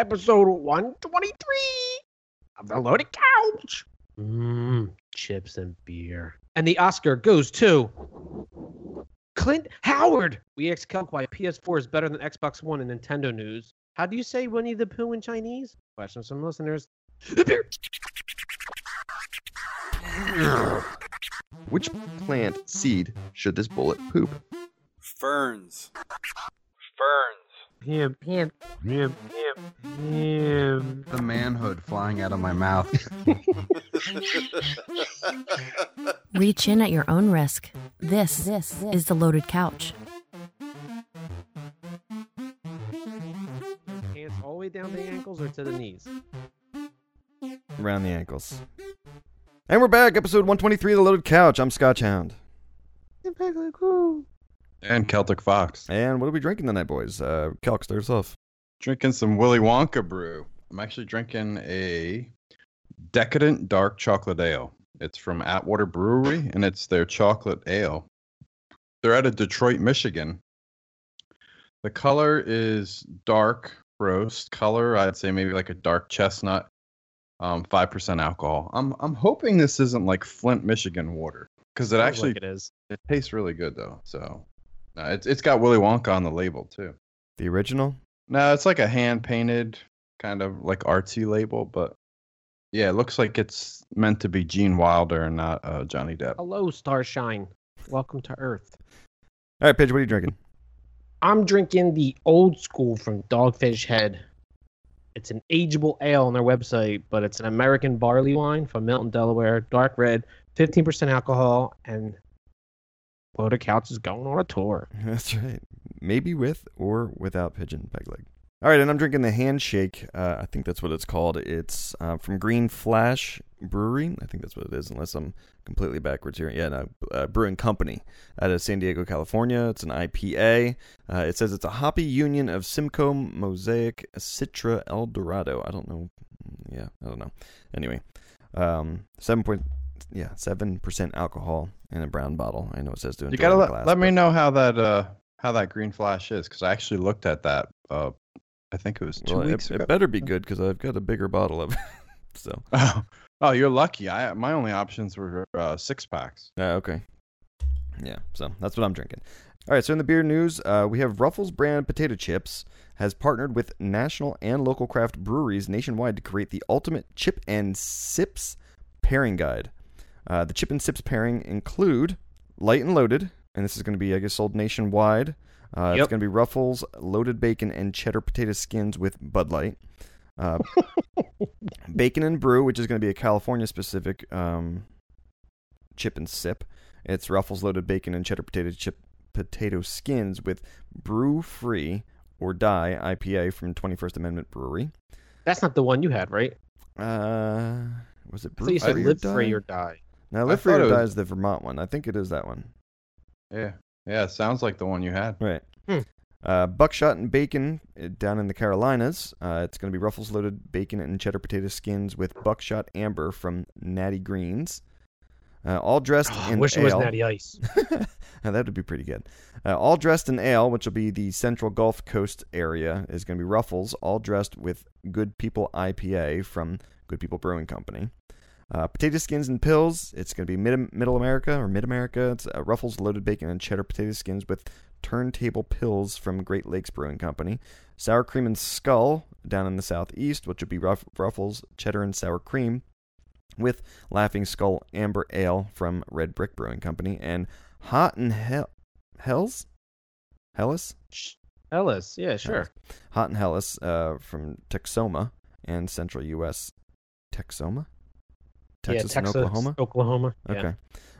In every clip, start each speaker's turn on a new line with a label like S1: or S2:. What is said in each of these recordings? S1: episode 123 of The Loaded Couch.
S2: Mmm, chips and beer. And the Oscar goes to Clint Howard. We excalc why PS4 is better than Xbox One and Nintendo news. How do you say Winnie the Pooh in Chinese? Questions from listeners. Beer.
S3: Which plant seed should this bullet poop?
S4: Ferns. Ferns.
S5: Pimp, pimp, pimp, pimp, pimp.
S6: The manhood flying out of my mouth.
S7: Reach in at your own risk. This, this, is the loaded couch.
S2: Pants all the way down to the ankles or to the knees?
S3: Around the ankles. And we're back, episode 123 of The Loaded Couch. I'm Scotch Hound.
S8: And Celtic Fox.
S3: And what are we drinking tonight, boys? Uh, Calc, start us off.
S8: Drinking some Willy Wonka brew. I'm actually drinking a decadent dark chocolate ale. It's from Atwater Brewery and it's their chocolate ale. They're out of Detroit, Michigan. The color is dark roast color. I'd say maybe like a dark chestnut. Um, 5% alcohol. I'm I'm hoping this isn't like Flint, Michigan water because it
S2: Sounds
S8: actually
S2: like it is.
S8: it tastes really good though. So, no, it's it's got Willy Wonka on the label too.
S3: The original?
S8: No, it's like a hand painted kind of like artsy label, but yeah, it looks like it's meant to be Gene Wilder and not uh, Johnny Depp.
S2: Hello, Starshine. Welcome to Earth.
S3: All right, Pidge, what are you drinking?
S2: I'm drinking the old school from Dogfish Head. It's an ageable ale on their website, but it's an American barley wine from Milton, Delaware, dark red, 15% alcohol, and Quota Couch is going on a tour.
S3: That's right. Maybe with or without pigeon peg leg. All right, and I'm drinking the handshake. Uh, I think that's what it's called. It's uh, from Green Flash Brewery. I think that's what it is, unless I'm completely backwards here. Yeah, no, uh, Brewing Company out of San Diego, California. It's an IPA. Uh, it says it's a hoppy union of Simcoe, Mosaic, Citra, El Dorado. I don't know. Mm, Yeah, I don't know. Anyway, um, seven point, yeah, seven percent alcohol in a brown bottle. I know it says to
S8: You
S3: enjoy
S8: gotta
S3: in a
S8: let,
S3: glass,
S8: let me
S3: but-
S8: know how that uh how that green flash is because I actually looked at that. Uh, I think it was two
S3: Well, it-
S8: weeks
S3: it,
S8: ago.
S3: better be good because I've got a bigger bottle of it. so,
S8: Oh, oh, you're lucky. I my only options were uh, six packs.
S3: uh, okay. Yeah, so that's what I'm drinking. All right, so in the beer news, uh, we have Ruffles brand potato chips has partnered with national and local craft breweries nationwide to create the ultimate chip and sips pairing guide. Uh, the chip and sips pairing include light and loaded, and this is going to be, I guess, sold nationwide. Uh, It's
S2: Yep.
S3: going to be Ruffles, loaded bacon, and cheddar potato skins with Bud Light. Uh, Bacon and Brew, which is going to be a California specific um, chip and sip. It's Ruffles loaded bacon and cheddar potato chip potato skins with Brew Free or Die IPA from 21st Amendment Brewery.
S2: That's not the one you had, right?
S3: Uh, was it
S2: I
S3: Brew
S2: thought you said
S3: Free
S2: live
S3: or
S2: free
S3: Die?
S2: or die.
S3: No,
S8: I
S3: Live Free
S8: thought
S3: or
S8: it
S3: Die
S8: was-
S3: is the Vermont one. I think it is that one.
S8: Yeah, yeah. it Sounds like the one you had.
S3: Right.
S2: Hmm.
S3: Uh, buckshot and bacon uh, down in the Carolinas. Uh, it's going to be Ruffles loaded bacon and cheddar potato skins with buckshot amber from Natty Greens. Uh, all dressed
S2: Oh, I
S3: in
S2: wish
S3: ale.
S2: it was Natty Ice.
S3: Now, that would be pretty good. Uh, all dressed in ale, which will be the Central Gulf Coast area, is going to be Ruffles. All dressed with Good People IPA from Good People Brewing Company. Uh, potato skins and pills. It's going to be mid- Middle America or Mid America. It's uh, Ruffles loaded bacon and cheddar potato skins with turntable pills from Great Lakes Brewing Company. Sour cream and skull down in the southeast, which would be Ruff- Ruffles cheddar and sour cream with Laughing Skull Amber Ale from Red Brick Brewing Company and Hot and Hell Hells Hellas
S2: Ellis, yeah, sure.
S3: Hot and Hellas uh, from Texoma and Central U.S. Texoma, Texas
S2: yeah,
S3: and
S2: Texas,
S3: Oklahoma.
S2: Oklahoma. yeah.
S3: Okay,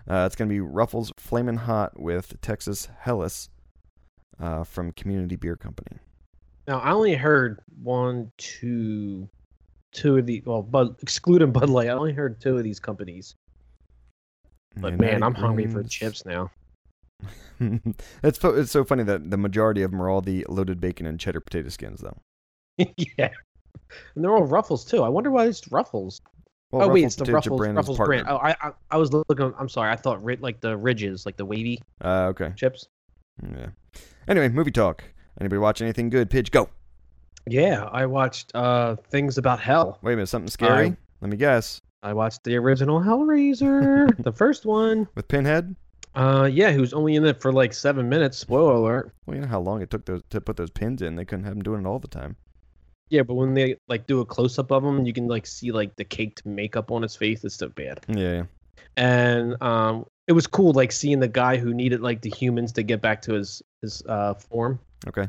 S3: uh, it's gonna be Ruffles Flamin' Hot with Texas Hellas uh, from Community Beer Company.
S2: Now I only heard one, two, two of the well, Bud excluding Bud Light. I only heard two of these companies. But
S3: Yeah,
S2: man,
S3: Natty
S2: I'm hungry for
S3: Greens.
S2: chips now.
S3: it's fo- it's so funny that the majority of them are all the loaded bacon and cheddar potato skins, though.
S2: yeah, and they're all Ruffles too. I wonder why it's Ruffles.
S3: Well,
S2: oh wait,
S3: Ruffles
S2: it's the
S3: Potato
S2: Ruffles
S3: brand is
S2: Ruffles brand.
S3: partnered.
S2: Oh, I, I I was looking. I'm sorry. I thought ri- like the ridges, like the wavy
S3: Uh, okay.
S2: chips.
S3: Yeah. Anyway, movie talk. Anybody watch anything good? Pidge, go.
S2: Yeah, I watched uh Things About Hell.
S3: Wait a minute, something scary?
S2: I-
S3: Let me guess.
S2: I watched the original Hellraiser, the first one.
S3: With Pinhead?
S2: Uh, yeah, who's only in it for like seven minutes. Spoiler alert.
S3: Well, you know how long it took those to put those pins in. They couldn't have him doing it all the time.
S2: Yeah, but when they like do a close up of him, you can like see like the caked makeup on his face. It's so bad.
S3: Yeah.
S2: And um, it was cool like seeing the guy who needed like the humans to get back to his his uh form,
S3: Okay.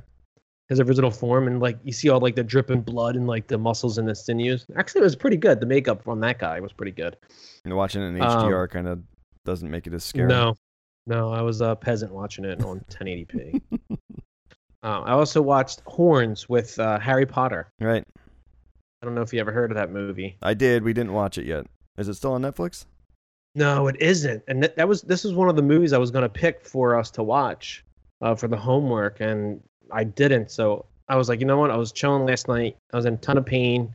S2: his original form, and like you see all like the dripping blood and like the muscles and the sinews. Actually, it was pretty good. The makeup on that guy was pretty good.
S3: And watching it in
S2: Um,
S3: HDR kind of doesn't make it as scary.
S2: No, no, I was a peasant watching it on 1080p. um, I also watched Horns with uh, Harry Potter.
S3: Right.
S2: I don't know if you ever heard of that movie.
S3: I did. We didn't watch it yet. Is it still on Netflix?
S2: No, it isn't. And that, that was this is one of the movies I was gonna pick for us to watch uh, for the homework, and I didn't. So I was like, you know what? I was chilling last night. I was in a ton of pain.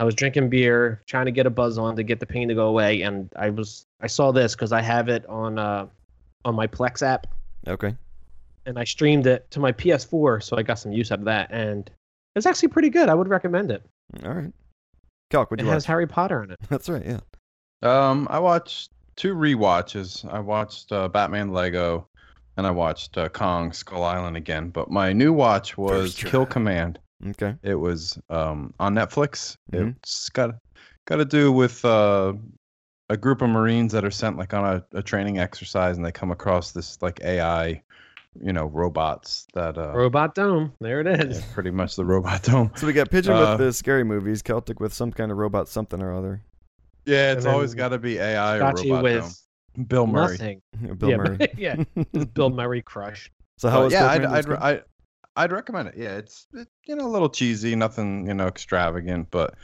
S2: I was drinking beer, trying to get a buzz on to get the pain to go away, and I was I saw this because I have it on uh, on my Plex app.
S3: Okay.
S2: and I streamed it to my PS4, so I got some use out of that, and it's actually pretty good. I would recommend it.
S3: All right. Calc, what'd
S2: It
S3: you
S2: has
S3: watch?
S2: Harry Potter in it.
S3: That's right. Yeah.
S8: Um, I watched two rewatches. I watched uh, Batman Lego, and I watched uh, Kong Skull Island again. But my new watch was
S3: First try.
S8: Kill Command.
S3: Okay.
S8: It was um, on Netflix.
S2: Mm-hmm.
S3: Mhm.
S8: It's got got to do with uh, a group of Marines that are sent like on a, a training exercise, and they come across this like AI, you know, robots that
S3: Oh.
S8: uh,
S2: Robot Dome. There it is.
S8: yeah, pretty much the robot dome.
S3: So we got pigeon
S8: Uh,
S3: with the scary movies, Celtic with some kind of robot something or other.
S8: Yeah, it's
S2: And
S8: always
S2: then
S8: got to be AI or
S2: got you
S8: robot
S2: with
S8: dome. Bill Murray.
S2: nothing.
S3: Bill
S2: yeah,
S3: Murray.
S2: but- yeah, Bill Murray crush.
S3: So how
S8: Uh,
S3: was
S8: yeah,
S3: Kill
S8: I'd
S3: Command?
S8: I'd,
S3: It was good?
S8: I'd I'd recommend it. Yeah, it's it, you know a little cheesy, nothing you know extravagant, but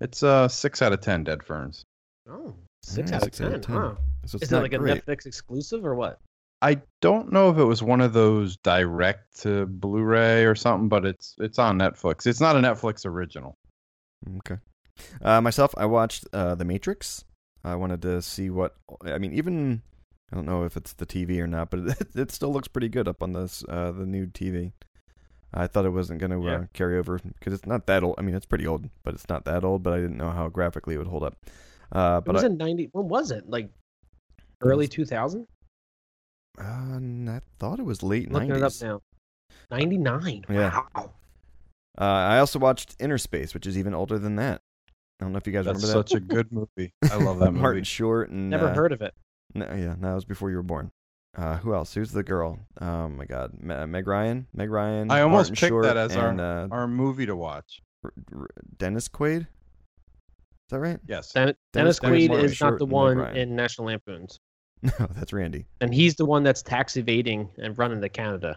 S8: it's uh six out of ten Dead Ferns.
S2: Oh, six
S3: Yeah,
S2: out of
S3: six
S2: ten.
S3: out of 10.
S2: Huh.
S3: So it's
S2: Is that
S3: not
S2: like
S3: great.
S2: a Netflix exclusive or what?
S8: I don't know if it was one of those direct to Blu-ray or something, but it's it's on Netflix. It's not a Netflix original.
S3: Okay. Uh, myself, I watched uh, The Matrix. I wanted to see what I mean. Even I don't know if it's the TV or not, but it, it still looks pretty good up on this uh, the new TV. I thought it wasn't going to uh,
S8: Yeah.
S3: carry over because it's not that old. I mean, it's pretty old, but it's not that old. But I didn't know how graphically it would hold up. Uh,
S2: It
S3: but
S2: was
S3: I,
S2: in ninety. When was it? Like early two thousand.
S3: uh, n- I thought it was late
S2: Looking it up
S3: nineties.
S2: now. Ninety nine.
S3: Yeah.
S2: Wow.
S3: Uh, I also watched Inner Space, which is even older than that. I don't know if you guys
S8: That's
S3: remember that.
S8: such a good movie. I love that
S3: Martin
S8: movie.
S3: Short and
S2: Never
S3: uh,
S2: heard of it.
S3: No, yeah, no, that was before you were born. Uh, who else? Who's the girl? Oh my God, Me- uh, Meg Ryan. Meg Ryan.
S8: I almost
S3: Martin
S8: picked
S3: Short,
S8: that as our-
S3: and, uh,
S8: Our movie to watch.
S3: R- R- Dennis Quaid. Is that right?
S8: Yes.
S2: Den-
S3: Dennis
S2: Dennis,
S3: Quaid,
S2: Quaid
S3: Martin
S2: is not
S3: Short,
S2: the
S3: and Meg
S2: one
S3: Ryan.
S2: in National Lampoon's,
S3: No, that's Randy.
S2: and he's the one that's tax evading and running to Canada.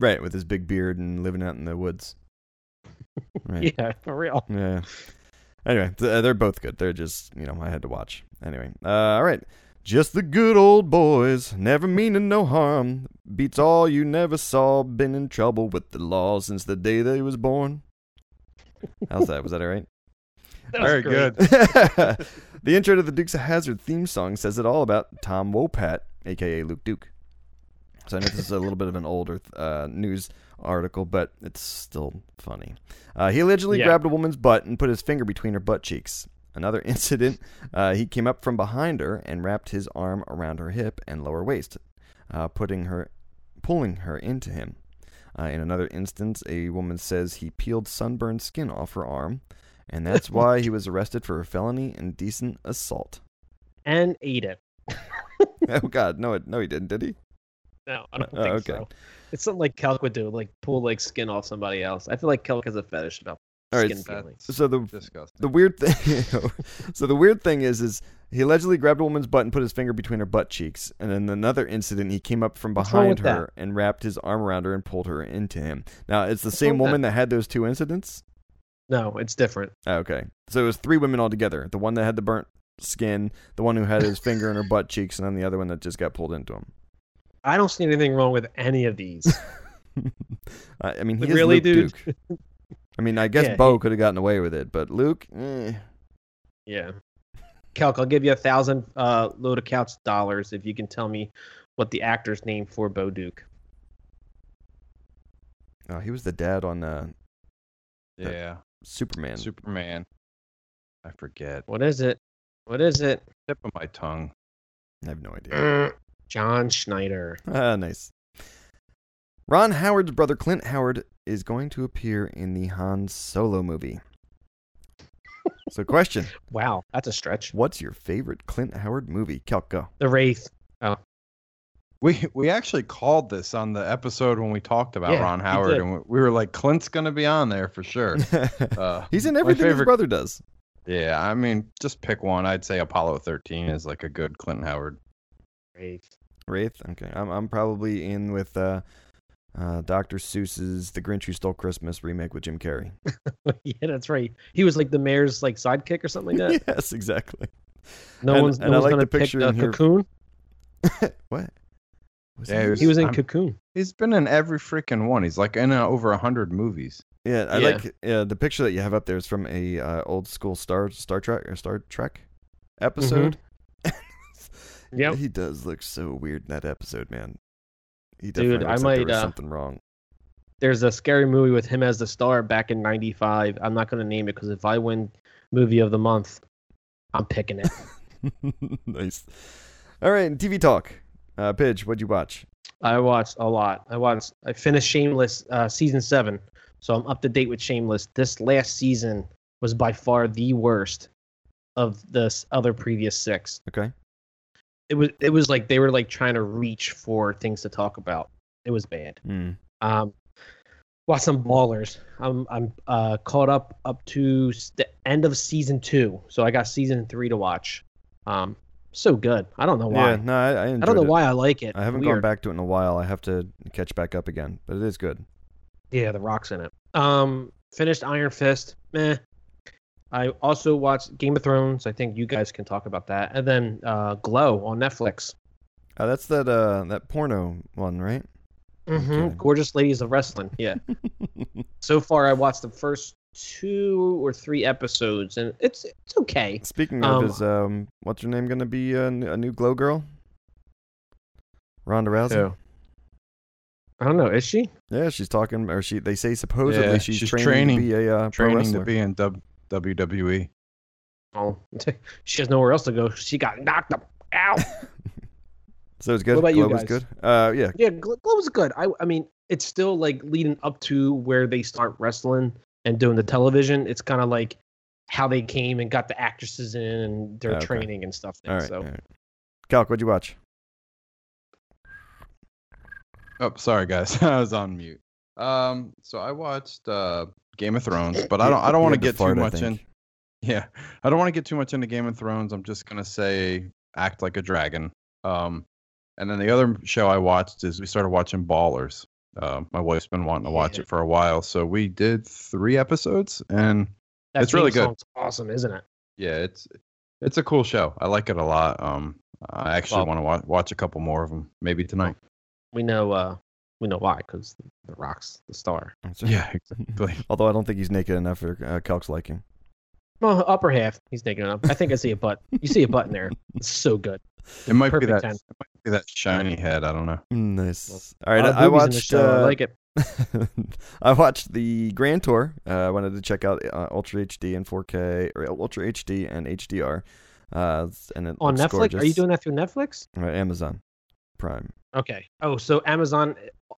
S3: Right, with his big beard and living out in the woods. Right.
S2: Yeah, for real.
S3: Yeah. Anyway, th- uh, they're both good. They're just, you know, I had to watch. Anyway, uh, all right. Just the good old boys, never meaning no harm. Beats all you never saw. Been in trouble with the law since the day they was born. How's that? Was that all right?
S2: That was
S8: Very
S2: great.
S8: good.
S3: the intro to the Dukes of Hazard theme song says it all about Tom Wopat, aka Luke Duke. So I know this is a little bit of an older uh, news article, but it's still funny. Uh, he allegedly
S2: Yeah.
S3: grabbed a woman's butt and put his finger between her butt cheeks. Another incident, uh, he came up from behind her and wrapped his arm around her hip and lower waist, uh, putting her, pulling her into him. Uh, in another instance, a woman says he peeled sunburned skin off her arm, and that's why he was arrested for a felony indecent assault.
S2: And ate it.
S3: Oh God, no, it- no, he didn't, did he?
S2: No, I don't
S3: Oh,
S2: think
S3: okay.
S2: so. It's something like Kelk would do, like pull like skin off somebody else. I feel like Kelk has a fetish about
S3: All right, uh,
S2: skin
S8: That's
S2: peeling.
S3: So the
S8: disgusting.
S3: the weird thing, so the weird thing is, is he allegedly grabbed a woman's butt and put his finger between her butt cheeks, and in another incident, he came up from
S2: What's wrong
S3: behind
S2: with that?
S3: her and wrapped his arm around her and pulled her into him. Now it's the
S2: What's
S3: same
S2: wrong with
S3: woman that? had those two incidents.
S2: No, it's different.
S3: Oh, okay, so it was three women altogether: the one that had the burnt skin, the one who had his finger in her butt cheeks, and then the other one that just got pulled into him.
S2: I don't see anything wrong with any of these.
S3: I I mean, he is
S2: really, dude?
S3: Luke Duke. I mean, I guess
S2: Yeah,
S3: Bo could have gotten away with it, but Luke, eh.
S2: yeah. Kelk, I'll give you a thousand uh, load of couch dollars if you can tell me what the actor's name for Bo Duke.
S3: oh, he was the dad on uh, Yeah.
S8: Yeah.
S3: Superman.
S8: Superman. I forget.
S2: What is it? What is it?
S8: Tip of my tongue.
S3: I have no idea.
S2: John Schneider.
S3: Ah, nice. Ron Howard's brother Clint Howard is going to appear in the Han Solo movie. so, question:
S2: Wow, that's a stretch.
S3: What's your favorite Clint Howard movie? Kelko.
S2: The Wraith.
S8: We we actually called this on the episode when we talked about
S2: Yeah,
S8: Ron
S2: we
S8: Howard,
S2: did.
S8: and we, we were like, Clint's gonna be on there for sure. Uh,
S3: He's in
S8: my
S3: everything his
S8: favorite-
S3: brother does.
S8: yeah, I mean, just pick one. I'd say Apollo 13 is like a good Clint Howard.
S2: Wraith.
S3: Wraith. Okay, I'm I'm probably in with uh, uh, Dr. Seuss's The Grinch Who Stole Christmas remake with Jim Carrey.
S2: yeah, that's right. He was like the mayor's like sidekick or something like that.
S3: yes, exactly.
S2: No
S3: And-
S2: one's,
S3: and
S2: no
S3: I
S2: one's
S3: like
S2: gonna
S3: the picture
S2: pick
S3: in
S2: the
S3: here.
S2: cocoon.
S3: What? Was
S8: Yeah, it was-
S2: He was in
S8: I'm-
S2: cocoon.
S8: He's been in every freaking one. He's like in uh, over a hundred movies.
S3: Yeah, I
S2: Yeah.
S3: like uh, the picture that you have up there is from a uh, old school Star Star Trek or Star Trek episode.
S2: Mm-hmm. Yep.
S3: he does look so weird in that episode, man. He
S2: Dude,
S3: definitely
S2: I
S3: looks like
S2: might,
S3: there was
S2: uh,
S3: something wrong.
S2: There's a scary movie with him as the star back in '95. I'm not gonna name it because if I win movie of the month, I'm picking it.
S3: nice. All right, and TV talk. Uh, Pidge, what'd you watch?
S2: I watched a lot. I watched. I finished Shameless uh, season seven, so I'm up to date with Shameless. This last season was by far the worst of the s- other previous six.
S3: Okay.
S2: It was. It was like they were like trying to reach for things to talk about. It was bad.
S3: Mm.
S2: Um, watch some ballers. I'm I'm uh, caught up up to s- the end of season two, so I got season three to watch. Um, so good. I don't know Oh, why.
S3: Yeah, no, I, I,
S2: I don't
S3: enjoyed
S2: know
S3: it.
S2: why I like it.
S3: I haven't
S2: Weird.
S3: gone back to it in a while. I have to catch back up again, but it is good.
S2: Yeah, the rocks in it. Um, finished Iron Fist. Meh. I also watched Game of Thrones. I think you guys can talk about that. And then uh, Glow on Netflix.
S3: Uh, that's that uh, that porno one, right?
S2: hmm
S3: Okay.
S2: Gorgeous Ladies of Wrestling. Yeah. so far, I watched the first two or three episodes, and it's it's okay.
S3: Speaking of,
S2: Um,
S3: is um, what's her name gonna be a, n- a new glow girl? Ronda Rousey.
S2: Who? I don't know. Is she?
S3: Yeah, she's talking, or she. They say supposedly
S8: Yeah,
S3: she's,
S8: she's
S3: training,
S8: training-
S3: to be a uh, pro
S8: Training to
S3: wrestler.
S8: be in w- E. WWE.
S2: Oh, she has nowhere else to go. She got knocked up. Ow.
S3: So it's good.
S2: What about you
S3: glow was
S2: guys?
S3: good. Uh, yeah,
S2: Yeah, Glow Glow was good. I I mean, it's still like leading up to where they start wrestling and doing the television. It's kind of like how they came and got the actresses in and their
S3: Ah, Okay.
S2: training and stuff.
S3: all right,
S2: so
S3: all right. Calc, what'd you watch?
S8: Oh, sorry guys, I was on mute. Um, so I watched uh Game of Thrones, but I don't. I don't
S3: You
S8: want to
S3: had the
S8: get
S3: fart,
S8: too
S3: I
S8: much in.
S3: think.
S8: Yeah, I don't want to get too much into Game of Thrones. I'm just gonna say act like a dragon. Um, and then the other show I watched is we started watching Ballers. Uh, my wife's been wanting to watch
S2: Yeah.
S8: it for a while, so we did three episodes, and
S2: that
S8: It's really
S2: theme
S8: good.
S2: song's awesome, isn't it?
S8: yeah, it's it's a cool show. I like it a lot. Um, I actually
S2: Well-
S8: want to watch watch a couple more of them, maybe tonight.
S2: We know uh we know why because the Rock's the star.
S3: That's right.
S8: Yeah, exactly.
S3: Although I don't think he's naked enough for uh, Calc's liking.
S2: Well, upper half, he's naked enough. I think I see a butt. You see a butt in there. It's so good.
S8: It might
S2: Perfect
S8: be that.
S2: time.
S8: It might be that shiny head. I don't know.
S3: Nice. All
S2: All
S3: right,
S2: right,
S3: I, I watched.
S2: Uh, In the show. I
S3: uh,
S2: like it.
S3: I watched the Grand Tour. Uh, I wanted to check out uh, Ultra HD and 4K or Ultra HD and HDR. Uh, s- and it
S2: On Netflix?
S3: looks gorgeous.
S2: Are you doing that through Netflix?
S3: Uh, Amazon Prime?
S2: Okay. Oh, so Amazon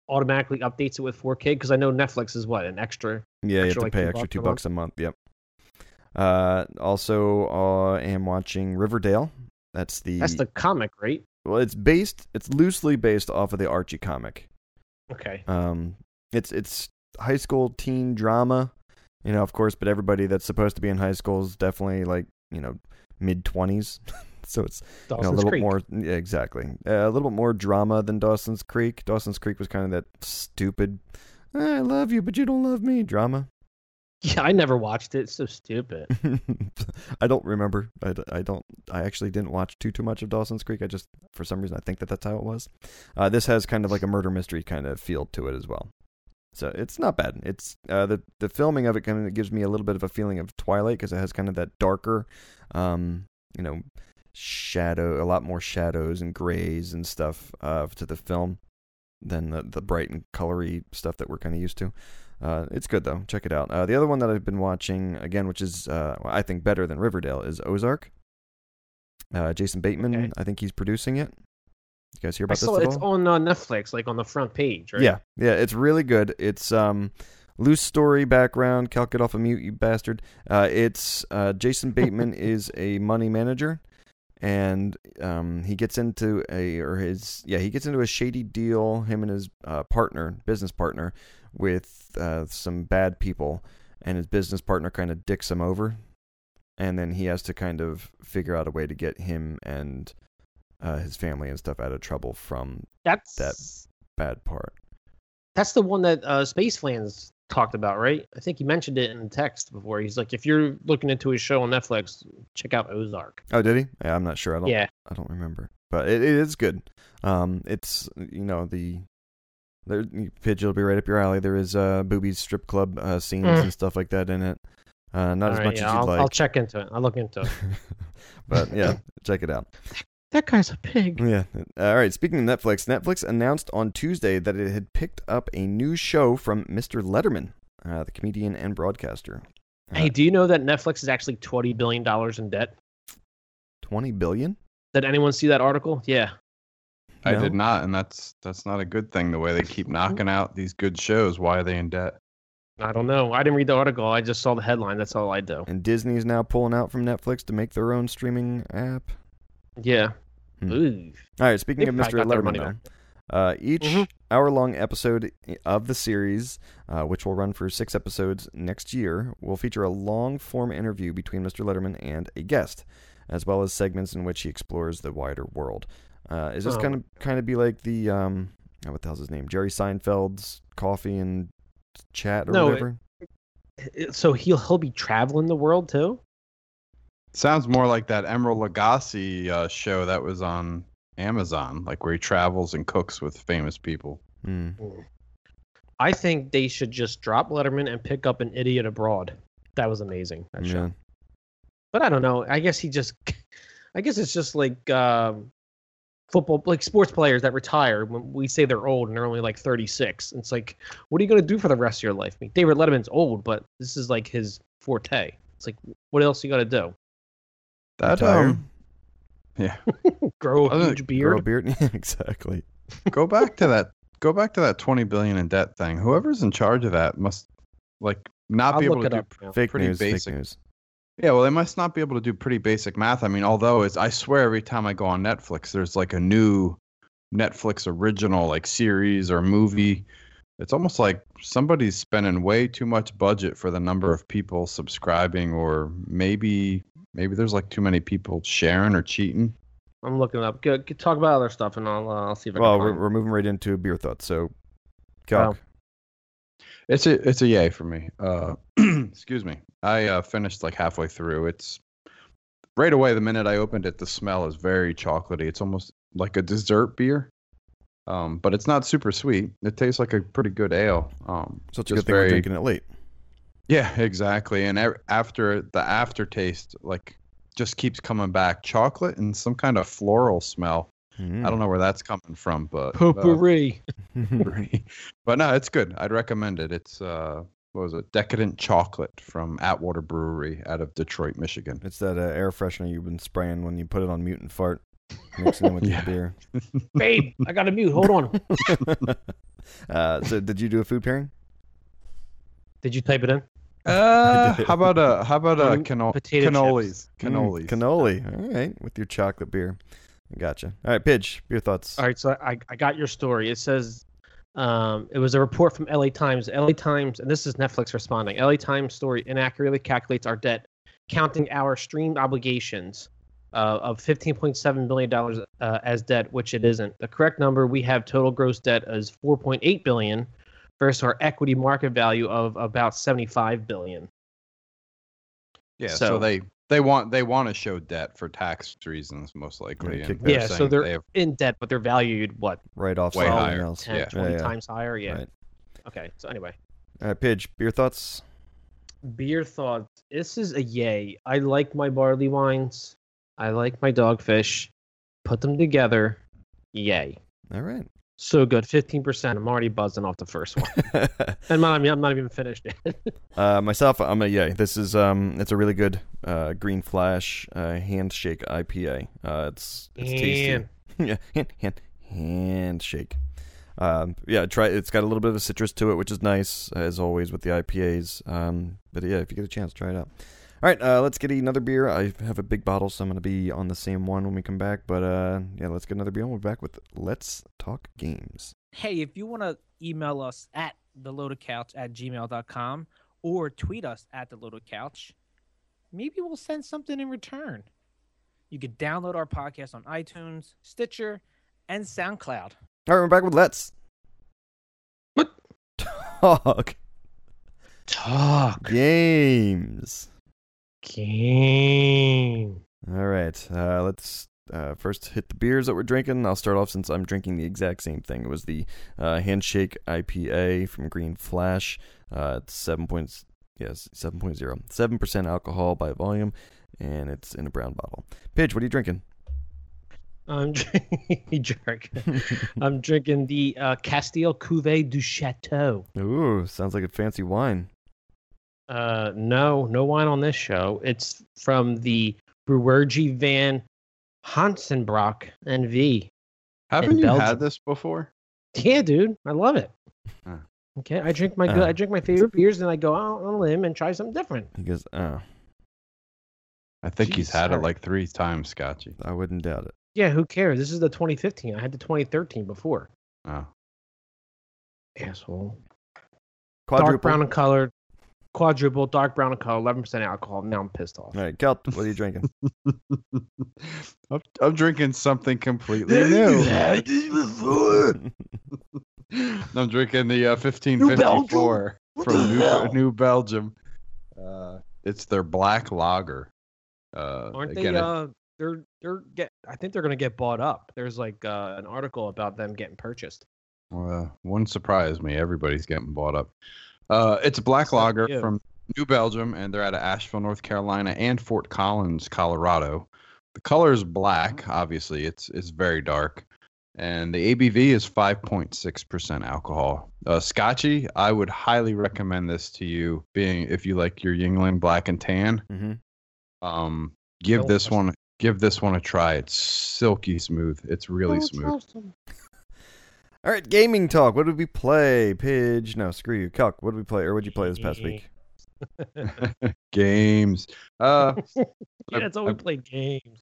S2: automatically updates it with 4K because I know Netflix is what an extra
S3: Yeah, you have
S2: Extra,
S3: to
S2: like,
S3: pay
S2: two
S3: extra
S2: bucks
S3: two
S2: a month?
S3: bucks a month. Yep. Uh, also, uh, am watching Riverdale. That's the,
S2: That's the comic, right?
S3: well. It's based. It's loosely based off of the Archie comic.
S2: Okay.
S3: Um, it's it's high school teen drama, you know, of course. But everybody that's supposed to be in high school is definitely like you know mid twenties, so it's you know, a
S2: Dawson's
S3: little
S2: Creek.
S3: bit more yeah, exactly uh, a little bit more drama than Dawson's Creek. Dawson's Creek was kind of that stupid. I love you, but you don't love me. Drama.
S2: Yeah, I never watched it. It's so stupid.
S3: I don't remember. I, d- I don't. I actually didn't watch too too much of Dawson's Creek. I just for some reason I think that that's how it was. Uh, this has kind of like a murder mystery kind of feel to it as well. So it's not bad. It's uh, the the filming of it kind of gives me a little bit of a feeling of Twilight because it has kind of that darker, um, you know, shadow, a lot more shadows and grays and stuff uh, to the film than the the bright and colory stuff that we're kind of used to. Uh, it's good though. Check it out. Uh, the other one that I've been watching again, which is uh, I think better than Riverdale, is Ozark. Uh, Jason Bateman,
S2: Okay.
S3: I think he's producing it. You guys hear
S2: I
S3: about this?
S2: saw
S3: at
S2: it's
S3: all?
S2: on uh, Netflix, like on the front page, right?
S3: Yeah, yeah, it's really good. It's um, loose story background. Cal, get off a mute, you bastard. Uh, it's uh, Jason Bateman is a money manager, and um, he gets into a or his yeah he gets into a shady deal. Him and his uh, partner, business partner, with uh, some bad people, and his business partner kind of dicks him over, and then he has to kind of figure out a way to get him and uh, his family and stuff out of trouble from
S2: That's
S3: bad part.
S2: that's the one that uh, Space Flans talked about, right? I think he mentioned it in the text before. He's like, if you're looking into his show on Netflix, check out Ozark.
S3: Oh, did he? Yeah, I'm not sure. I don't.
S2: Yeah,
S3: I don't remember. But it, it is good. Um, it's you know the there Pidge will be right up your alley. There is uh boobies strip club uh, scenes
S2: Mm.
S3: and stuff like that in it. Uh, not as
S2: All right,
S3: much
S2: yeah,
S3: as you'd
S2: I'll,
S3: like.
S2: I'll check into it. I'll look into it.
S3: but yeah, check it out.
S2: that guy's a pig.
S3: Yeah. All right. Speaking of Netflix, Netflix announced on Tuesday that it had picked up a new show from Mr. Letterman, uh, the comedian and broadcaster. Uh,
S2: Hey, do you know that Netflix is actually twenty billion dollars in debt?
S3: Twenty billion.
S2: Did anyone see that article? Yeah.
S8: I
S3: No?
S8: did not, and that's that's not a good thing. The way they keep knocking out these good shows, why are they in debt?
S2: I don't know. I didn't read the article. I just saw the headline. That's all I do.
S3: And Disney is now pulling out from Netflix to make their own streaming app.
S2: Yeah.
S3: Hmm.
S2: Ooh.
S3: All right, speaking
S2: They
S3: of
S2: probably
S3: Mr.
S2: got their
S3: Letterman,
S2: money
S3: though,
S2: back.
S3: uh, each
S2: Mhm.
S3: hour-long episode of the series, uh, which will run for six episodes next year, will feature a long-form interview between Mr. Letterman and a guest, as well as segments in which he explores the wider world. Uh, is this
S2: Oh.
S3: kind of kind of be like the um, oh, what the hell's his name, Jerry Seinfeld's coffee and chat or
S2: No, it-
S3: whatever?
S2: So he'll he'll be traveling the world too.
S8: Sounds more like that Emerald Lagasse uh, show that was on Amazon, like where he travels and cooks with famous people.
S3: Hmm.
S2: I think they should just drop Letterman and pick up an idiot abroad. That was amazing. That show.
S3: yeah.
S2: But I don't know. I guess he just. I guess it's just like um, football, like sports players that retire when we say they're old and they're only like 36. It's like, what are you going to do for the rest of your life? I mean, David Letterman's old, but this is like his forte. It's like, what else you got to do?
S8: That
S3: Retire.
S8: um, yeah.
S2: Grow a
S8: Other-
S2: huge
S3: Grow a
S2: beard?
S3: beard. Yeah, exactly.
S8: go back to that. Go back to that twenty billion in debt thing. Whoever's in charge of that must like not
S2: I'll
S8: be able
S2: look it
S8: to do
S2: up. now.
S3: Fake
S8: Pretty
S3: news.
S8: basic.
S3: Fake news.
S8: Yeah, well, they must not be able to do pretty basic math. I mean, although it's, I swear every time I go on Netflix, there's like a new Netflix original, like series or movie. It's almost like somebody's spending way too much budget for the number of people subscribing, or maybe maybe there's like too many people sharing or cheating.
S2: I'm looking up. Go, go- talk about other stuff, and I'll uh, I'll see if I
S3: Well,
S2: can
S3: we're,
S2: find.
S3: we're moving right into beer thoughts. So, Calc,
S8: It's a it's a yay for me. Uh, excuse me. I uh, finished like halfway through. It's right away the minute I opened it. The smell is very chocolatey. It's almost like a dessert beer, um, but it's not super sweet. It tastes like a pretty good ale. Um,
S3: So it's a good
S8: just
S3: thing we're
S8: very-
S3: drinking it late.
S8: yeah, exactly. And e- after the aftertaste, like just keeps coming back. Chocolate and some kind of floral smell.
S3: Hmm.
S8: I don't know where that's coming from, but uh,
S2: Potpourri.
S3: don't.
S8: Right. but no, it's good. I'd recommend it. It's uh, what was it? Decadent Chocolate from Atwater Brewery out of Detroit, Michigan.
S3: it's that uh, air freshener you've been spraying when you put it on mute and fart, mixing it with
S8: Yeah.
S3: your
S2: Babe, I got to mute. Hold on.
S3: beer. uh, so, did you do a food pairing?
S2: Did you type it in?
S8: Uh, how about uh, how about uh,
S2: Um,
S8: cano-
S2: potato
S8: cannolis? Cannolis.
S3: Mm, cannoli. All right, with your chocolate beer. Gotcha. All right, Pidge, beer thoughts.
S2: All right, so I, I got your story. It says um, it was a report from LA Times. LA Times, and this is Netflix responding. LA Times story inaccurately calculates our debt, counting our streamed obligations uh, of $15.7 billion uh, as debt, which it isn't. The correct number we have total gross debt is $4.8 billion versus our equity market value of about $75 billion.
S8: Yeah. So,
S2: So-
S8: they they want they want to show debt for tax reasons, most likely.
S3: Yeah,
S8: and
S3: kickbacks.
S8: they're
S2: Yeah, so
S8: saying
S2: they're-
S8: they have-
S2: In debt, but they're valued, what,
S3: Right off
S8: Way
S3: something
S8: higher.
S3: else.
S2: 10,
S8: Yeah.
S2: 20
S3: Yeah, yeah.
S2: times higher? Yeah.
S3: Right.
S2: Okay, so anyway.
S3: All right, Pidge, beer thoughts.
S2: beer thoughts. This is a yay. I like my barley wines. I like my dogfish. Put them together. Yay.
S3: All right.
S2: So good, fifteen percent. I'm already buzzing off the first one, and my, I mean, I'm not even finished yet.
S3: uh, myself, I'm a yay. This is um, it's a really good uh, Green Flash uh, handshake IPA. Uh, it's it's tasty.
S2: Hand.
S3: yeah, hand, hand, handshake. Um, yeah, try. It's got a little bit of a citrus to it, which is nice as always with the IPAs. Um, but yeah, if you get a chance, try it out. All right, uh, let's get another beer. I have a big bottle, so I'm gonna be on the same one when we come back. But uh, yeah, let's get another beer. and We're back with Let's Talk Games.
S9: Hey, if you want to email us at theloadedcouch at gmail.com or tweet us at theloadedcouch, maybe we'll send something in return. You can download our podcast on iTunes, Stitcher, and SoundCloud.
S3: All right, we're back with Let's
S2: What?
S3: Talk
S2: Talk
S3: Games.
S2: game.
S3: All right, uh, let's uh, first hit the beers that we're drinking. I'll start off since I'm drinking the exact same thing. It was the uh, Handshake IPA from Green Flash. Uh, it's seven points, yes, seven point zero, seven percent alcohol by volume, and it's in a brown bottle. Pidge, what are you drinking?
S2: I'm drinking, jerk. I'm drinking the uh, Castile Cuvée du Chateau.
S3: Ooh, sounds like a fancy wine.
S2: Uh, no, no wine on this show. It's from the Brewergy Van Hansenbrock NV.
S8: Haven't you
S2: Belgium.
S8: had this before?
S2: Yeah, dude, I love it.
S6: Huh.
S2: Okay, I drink my good,
S3: Uh.
S2: I drink my favorite beers, and I go out on a limb and try something different.
S3: He goes, oh,
S8: I think he's
S2: Jeez,
S8: had it
S2: sorry.
S8: like three times, Scotchy.
S3: I wouldn't doubt it.
S2: Yeah, who cares? This is the 2015. I had the 2013 before.
S8: Oh.
S2: Asshole.
S3: Quadruple.
S2: Dark brown and color, quadruple, dark brown and color, 11% alcohol. Now I'm pissed off.
S3: All right, Kelt, what are you drinking?
S8: I'm, I'm drinking something completely new. I'm drinking the uh, 1554 from New, New Belgium. Uh, it's their black lager. Uh,
S2: Aren't
S8: again,
S2: they?
S8: it-
S2: Uh, they're they're get. I think they're gonna get bought up. There's like uh, an article about them getting purchased.
S8: Well, one surprised me. Everybody's getting bought up. Uh, it's a black
S2: Except
S8: lager
S2: you.
S8: from New Belgium, and they're out of Asheville, North Carolina, and Fort Collins, Colorado. The color is black. Obviously, it's it's very dark, and the ABV is five point six percent alcohol. Uh, Scotchy, I would highly recommend this to you, being if you like your Yingling Black and Tan.
S3: mm-hmm.
S8: Um, give
S2: Don't
S8: this
S2: touch
S8: one give this one a try. It's silky smooth. It's really smooth.
S3: All right, gaming talk. What did we play? Pidge. No, screw you. Kelk, what did we play? Or what did you play this past week?
S8: Games. Uh,
S2: Yeah, it's always
S8: I-
S2: played games.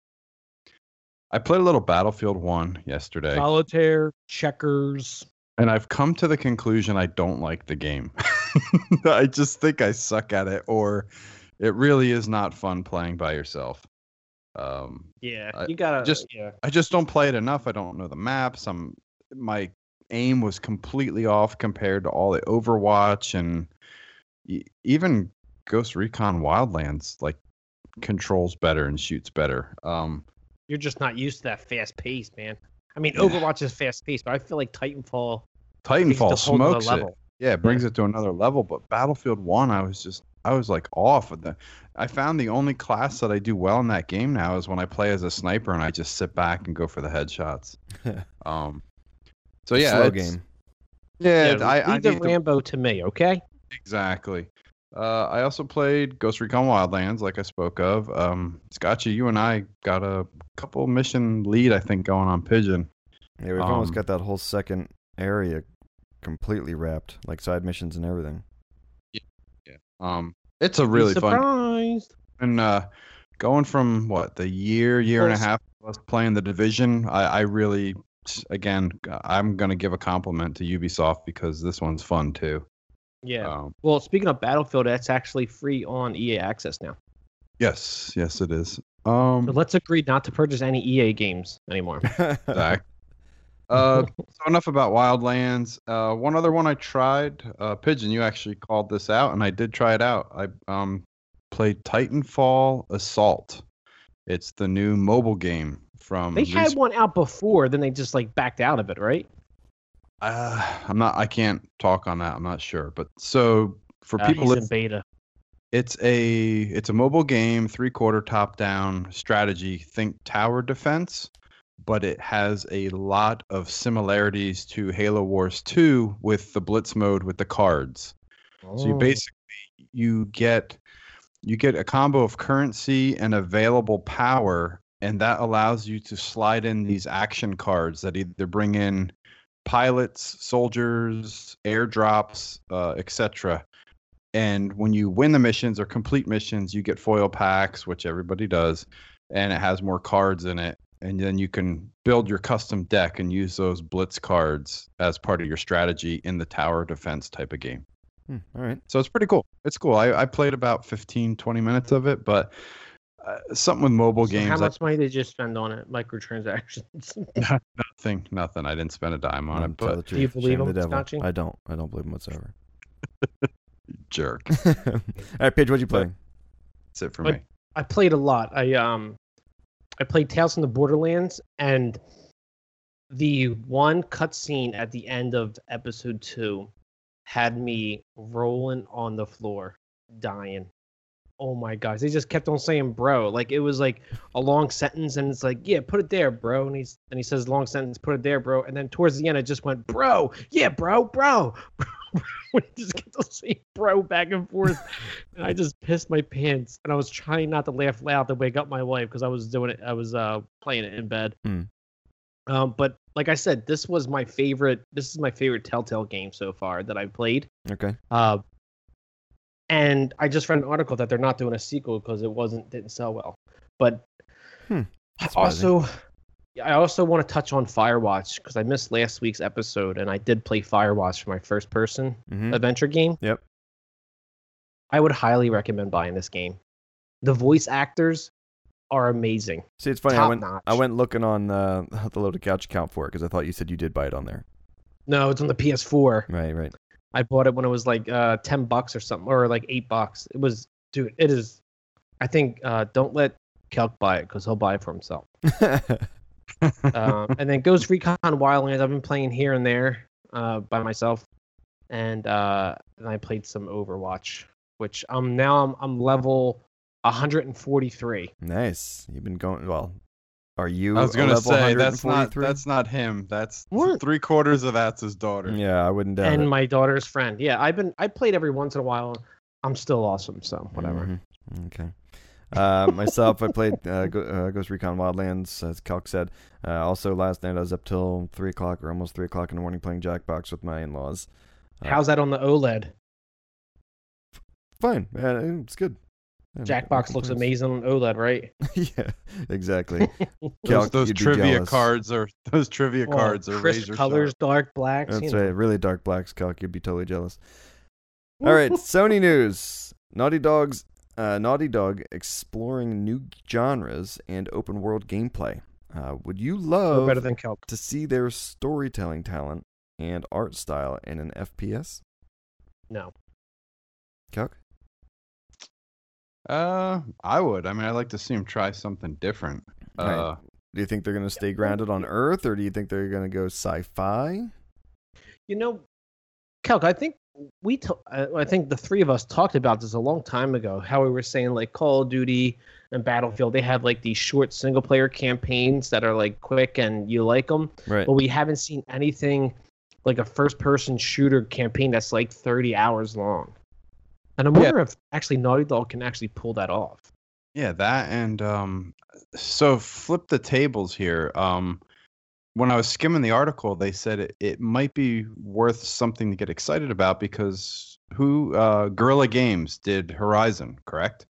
S8: I played a little Battlefield 1 yesterday,
S2: Solitaire, checkers.
S8: and I've come to the conclusion I don't like the game. I just think I suck at it, or it really is not fun playing by yourself. Um,
S2: Yeah,
S8: I-
S2: you gotta
S8: just-
S2: yeah.
S8: I just don't play it enough. I don't know the maps. I'm my aim was completely off compared to all the Overwatch and e- even Ghost Recon Wildlands like controls better and shoots better. Um,
S2: You're just not used to that fast pace, man. I mean,
S8: Yeah.
S2: Overwatch is fast paced, but I feel like Titanfall. takes the
S8: Titanfall
S2: whole nother
S8: smokes it. yeah, it brings it to another level. But Battlefield One, I was just I was like off with the. I found the only class that I do well in that game now is when I play as a sniper and I just sit back and go for the headshots. Um, so yeah,
S3: Slow
S8: it's-
S3: game.
S8: Yeah,
S2: Yeah,
S8: I, I
S2: leave the
S8: need to-
S2: Rambo to me, okay?
S8: exactly. Uh, I also played Ghost Recon Wildlands, like I spoke of. Um, Scotchy, you and I got a couple mission lead, I think, going on Pigeon.
S3: Yeah, we've almost
S8: Um,
S3: got that whole second area completely wrapped, like side missions and everything.
S8: Um, it's a really
S2: Be
S8: fun
S2: surprised.
S8: And uh, going from what the year, year and a
S2: Close.
S8: half of us playing the division, I, I really, again, I'm gonna give a compliment to Ubisoft because this one's fun too.
S2: Yeah.
S8: Um,
S2: well, speaking of Battlefield, that's actually free on EA Access now.
S8: yes, yes, it is.
S2: But
S8: Um,
S2: let's agree not to purchase any EA games anymore.
S3: Hmm,
S8: Zach. Uh, so enough about Wildlands. Uh, one other one I tried, uh, Pigeon. You actually called this out, and I did try it out. I um played Titanfall Assault. It's the new mobile game from
S2: They
S8: Respawn.
S2: had one out before, then they just like backed out of it, right?
S8: Uh, I'm not. I can't talk on that. I'm not sure. But so for
S2: Uh,
S8: people,
S2: he's in
S8: lis-
S2: beta.
S8: it's a it's a mobile game, three quarter top down strategy. Think tower defense. but it has a lot of similarities to Halo Wars 2 with the blitz mode with the cards. So you
S2: Oh.
S8: basically you get you get a combo of currency and available power and that allows you to slide in these action cards that either bring in pilots, soldiers, airdrops, uh, etc. And when you win the missions or complete missions, you get foil packs, which everybody does, and it has more cards in it. And then you can build your custom deck and use those blitz cards as part of your strategy in the tower defense type of game.
S3: Hmm, all right.
S8: So it's pretty cool. It's cool. I, I played about 15, 20 minutes of it, but uh, something with mobile
S2: So
S8: games,
S2: how
S8: I-
S2: much money did you spend on it? Microtransactions.
S8: nothing, nothing. I didn't spend a dime on
S3: Um,
S8: it,
S3: tell
S8: but
S3: the
S2: Do you
S3: truth.
S2: believe
S3: Shame the
S2: him,
S3: devil.
S2: Scotchy?
S3: I don't. I don't believe him whatsoever.
S8: jerk.
S3: all right, Paige, what'd you play?
S8: That's it for
S2: But-
S8: me.
S2: I played a lot. I um, I played Tales from the Borderlands, and the one cutscene at the end of episode two had me rolling on the floor, dying. Oh my gosh, they just kept on saying "bro," like it was like a long sentence, and it's like, "Yeah, put it there, bro." And he's and he says long sentence, "Put it there, bro." And then towards the end, I just went, "Bro, yeah, bro, bro." We just kept on saying "bro" back and forth. And I just pissed my pants, and I was trying not to laugh loud to wake up my wife because I was doing it. I was uh, playing it in bed.
S3: Hmm.
S2: Um, but like I said, this was my favorite. This is my favorite Telltale game so far that I've played.
S3: Okay.
S2: Uh, and I just read an article that they're not doing a sequel because it wasn't didn't sell well. But
S3: Hmm,
S2: I
S3: surprising.
S2: also, I also want to touch on Firewatch because I missed last week's episode, and I did play Firewatch for my first person
S3: hmm
S2: adventure game.
S3: Yep.
S2: I would highly recommend buying this game. The voice actors are amazing.
S3: See, it's funny. I
S2: top
S3: went.
S2: notch.
S3: I went looking on uh, the loaded couch account for it because I thought you said you did buy it on there.
S2: No, it's on the PS4.
S3: Right. Right.
S2: I bought it when it was like uh, ten bucks or something, or like eight bucks. It was, dude. It is. I think uh, don't let Kelk buy it because he'll buy it for himself. um, and then Ghost Recon Wildlands. I've been playing here and there uh, by myself, and uh, and I played some Overwatch, which I'm now I'm, I'm level 143.
S3: nice. You've been going well. Are you?
S8: I was
S3: a
S8: gonna
S3: level
S8: say that's not
S3: 143?
S8: that's not him. That's
S2: What?
S8: three quarters of that's his daughter.
S3: Yeah, I wouldn't doubt
S2: and
S3: it.
S2: my daughter's friend. Yeah, I've been I played every once in a while. I'm still awesome, so whatever.
S3: Mhm. Okay. Uh, myself, I played uh, Go- uh, Ghost Recon Wildlands, as Calc said. Uh, also, last night I was up till three o'clock or almost three o'clock in the morning playing Jackbox with my in-laws. Uh,
S2: How's that on the E OLED?
S3: Fine, yeah, it's good. Yeah, no
S2: Jackbox looks
S3: complaints.
S2: amazing on OLED, right?
S3: yeah, exactly.
S8: Those,
S3: Calc,
S8: those
S3: you'd be
S8: trivia
S3: jealous.
S8: cards are those trivia
S2: Well,
S8: cards are
S2: Oh, crisp
S8: razor
S2: colors,
S8: sharp.
S2: dark blacks.
S3: That's
S2: you know.
S3: right. Really dark blacks, Calc. You'd be totally jealous. All right, Sony news. Naughty Dog's uh, Naughty Dog exploring new genres and open world gameplay. Uh, would you
S2: We're
S3: love
S2: better than Kelk.
S3: to see their storytelling talent and art style in an FPS?
S2: No.
S3: Calc?
S8: Uh, I would. I mean, I like to see him try something different.
S3: Right.
S8: Uh,
S3: Do you think they're going to stay grounded on Earth or do you think they're going to go sci fi?
S2: You know, Kelk, I think we t- I I think the three of us talked about this a long time ago. How we were saying like Call of Duty and Battlefield, they have like these short single player campaigns that are like quick and you like them.
S3: Right.
S2: but we haven't seen anything like a first person shooter campaign that's like 30 hours long. And I'm
S8: Yeah.
S2: wondering if actually Naughty Dog can actually pull that off.
S8: Yeah, that and um so flip the tables here. Um when I was skimming the article, they said it, it might be worth something to get excited about because who uh Guerrilla Games did Horizon, correct?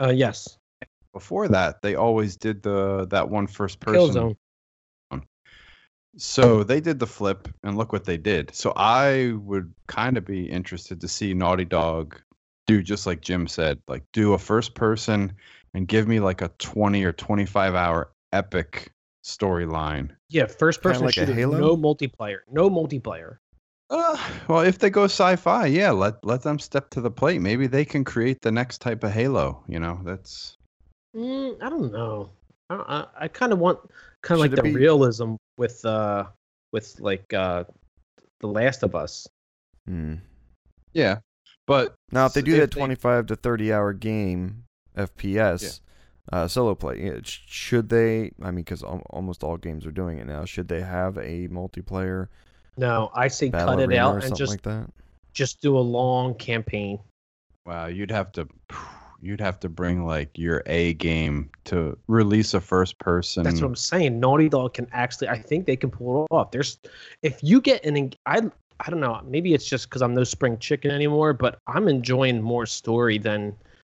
S2: Uh, yes,
S8: Before that, they always did the that one first person.
S2: Killzone.
S8: So they did the flip, and look what they did. So I would kind of be interested to see Naughty Dog do just like Jim said, like do a first person and give me like a 20 or 25 hour epic storyline.
S2: Yeah, first person
S3: like a
S2: shooter.
S3: Halo?
S2: No multiplayer. No multiplayer.
S8: Uh, well, if they go sci-fi, yeah, let let them step to the plate. Maybe they can create the next type of Halo. You know, that's
S2: Mm, I don't know. I, I, I kind of want kind of like
S3: Should it
S2: the
S3: be-
S2: realism with uh with like uh The Last of Us.
S3: Hmm.
S8: yeah. But
S3: Now, if they
S8: So
S3: do
S8: if
S3: that
S8: they-
S3: 25 to 30 hour game FPS, Uh, solo play. yeah, sh- Should they? I mean, because almost all games are doing it now. Should they have a multiplayer
S2: No, I say
S3: battle
S2: cut it
S3: arena or
S2: out
S3: something
S2: and just
S3: like that?
S2: just do a long campaign.
S8: Wow, you'd have to you'd have to bring like your A game to release a first person.
S3: Um,
S2: That's what I'm saying. Naughty Dog can actually, I think they can pull it off. There's, if you get an, en- I, I don't know. Maybe it's just because I'm no spring chicken anymore, but I'm enjoying more story than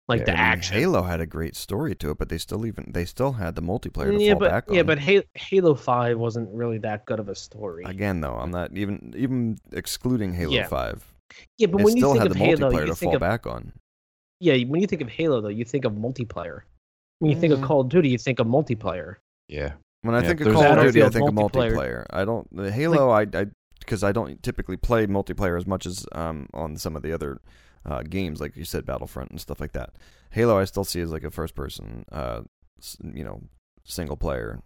S2: like
S3: Yeah,
S2: the
S3: I mean,
S2: action.
S3: Halo had a great story to it, but they still even they still had the multiplayer to
S2: yeah,
S3: fall
S2: but
S3: back on.
S2: yeah, but Halo, Halo Five wasn't really that good of a story.
S3: again, though, I'm not even even excluding Halo
S2: Yeah.
S3: Five.
S2: yeah, but
S3: it
S2: when you
S3: still
S2: think
S3: had
S2: of
S3: the
S2: Halo,
S3: multiplayer
S2: you
S3: to
S2: think
S3: fall
S2: of
S3: back on.
S2: yeah. When you think of Halo, though, you think of multiplayer. When you think of
S3: Mm-hmm.
S8: Mhm.
S2: Call of Duty, you think of multiplayer.
S8: yeah.
S3: When I
S8: Yeah,
S3: think of
S8: there's
S3: Call of Duty, I
S2: Battlefield
S3: think of multiplayer.
S2: multiplayer.
S3: I don't the Halo. I I because I don't typically play multiplayer as much as um on some of the other uh, games like you said Battlefront and stuff like that. Halo I still see as like a first person uh s- you know single player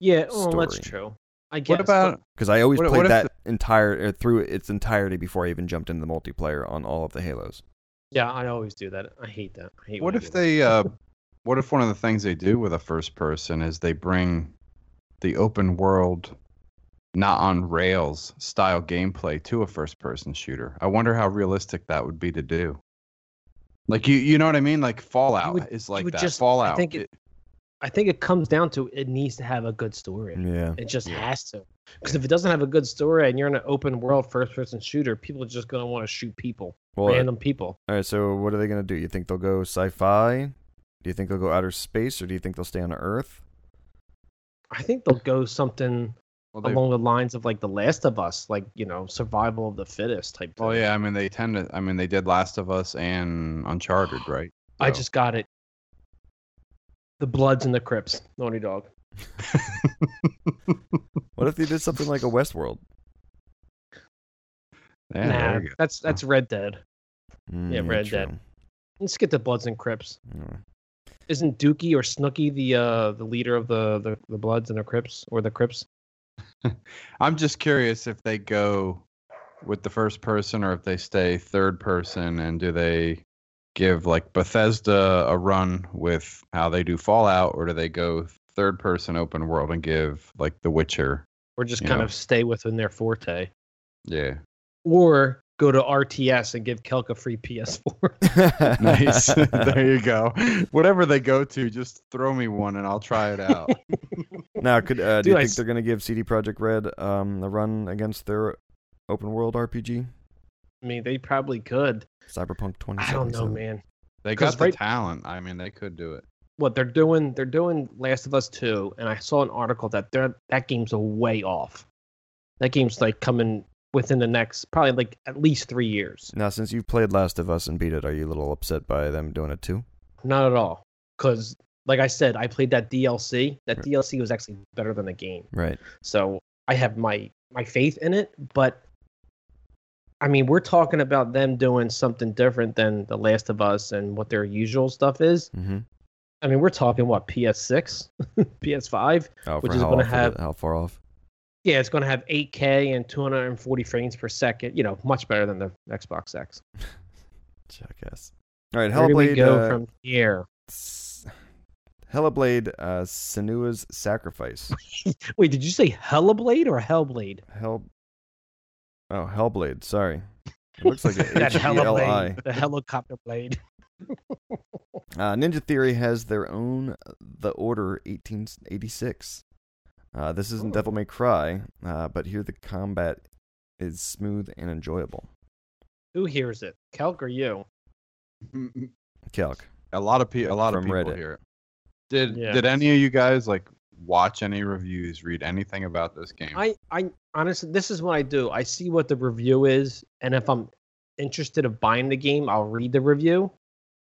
S2: Yeah, well, that's
S3: Story.
S2: true. I guess.
S8: What
S2: but-
S8: about
S3: because I always
S8: What-
S3: played
S8: what if
S3: that entire uh, through its entirety before I even jumped into the multiplayer on all of the Halos.
S2: Yeah, I always do that. I hate that. I hate when
S8: what
S2: I
S8: if
S2: do that.
S8: they uh what if one of the things they do with a first person is they bring the open world not on rails style gameplay to a first person shooter i wonder how realistic that would be to do like you you know what i mean like fallout
S2: would-
S8: is
S2: you
S8: like
S2: would
S8: that
S2: just- I
S8: fallout
S2: think it- I think it comes down to it needs to have a good story.
S3: Yeah.
S2: It just
S8: Yeah.
S2: has to. Because if it doesn't have a good story and you're in an open world first person shooter, people are just going to want to shoot people,
S3: Well,
S2: random people.
S3: all right. So what are they gonna do? You think they'll go sci-fi? Do you think they'll go outer space, or do you think they'll stay on Earth?
S2: I think they'll go something
S8: well, they-
S2: along the lines of like The Last of Us, like, you know, survival of the fittest type thing.
S8: well, Oh, yeah i mean they tend to i mean they did last of us and uncharted right
S2: I
S8: So-
S2: just got it. The Bloods and the Crips, Naughty Dog.
S3: What if they did something like a Westworld?
S8: yeah, there
S2: nah,
S8: you go.
S2: that's that's Red Dead.
S3: Mm,
S2: Yeah, Red
S3: true.
S2: Dead. Let's get the Bloods and Crips.
S3: Yeah.
S2: Isn't Dookie or Snooky the uh, the leader of the, the, the Bloods and the Crips or the Crips?
S8: i'm just curious if they go with the first person or if they stay third person and do they give like Bethesda a run with how they do Fallout or do they go third person open world and give like The Witcher?
S2: or just
S8: you
S2: kind
S8: know.
S2: of stay within their forte,
S8: Yeah.
S2: or go to RTS and give Kelk a free PS4.
S8: Nice. there you go. Whatever they go to, just throw me one and I'll try it out.
S3: Now, could uh, do
S2: Dude,
S3: you
S2: I
S3: think
S2: s-
S3: they're going to give CD Projekt Red um, a run against their open world RPG,
S2: I mean, they probably could.
S3: Cyberpunk 2077?
S2: I don't know, man.
S8: They
S2: 'Cause
S8: got the
S2: right-
S8: talent. I mean, they could do it.
S2: What they're doing, they're doing Last of Us Two, and I saw an article that they're that game's way off. That game's like coming within the next probably like at least three years.
S3: Now, since you've played Last of Us and beat it, are you a little upset by them doing it too?
S2: Not at all, because like I said, I played that DLC. That DLC was actually better than the game.
S3: Right.
S2: So I have my my faith in it, but I mean, we're talking about them doing something different than The Last of Us and what their usual stuff is.
S3: Mm-hmm.
S2: I mean, we're talking what PS6, PS5.
S3: Oh,
S2: Which
S3: for
S2: is
S3: how,
S2: gonna
S3: off it-
S2: have-
S3: how far off?
S2: Yeah, it's going to have 8K and 240 frames per second. You know, much better than the Xbox X.
S3: Jackass. All right,
S2: Where do we
S3: Hellblade.
S2: go
S3: uh,
S2: from here?
S3: s- Hellblade, uh, Senua's Sacrifice.
S2: Wait, did you say Hellblade or Hellblade?
S3: Hell. Oh, Hellblade. Sorry. It looks like a
S2: That
S3: H-E-L-I.
S2: Hellblade, the helicopter blade.
S3: Uh, Ninja Theory has their own uh, The Order 1886. Uh, this
S8: Oh.
S3: isn't Devil May Cry, uh, but here the combat is smooth and enjoyable.
S2: Who hears it? Kelk or you?
S3: Calc.
S8: A lot of people, a lot of
S3: From
S8: people
S3: Reddit.
S8: here. Did
S2: Yeah.
S8: did any of you guys like watch any reviews, read anything about this game?
S2: I, I honestly, this is what I do. I see what the review is, and if I'm interested of buying the game, I'll read the review.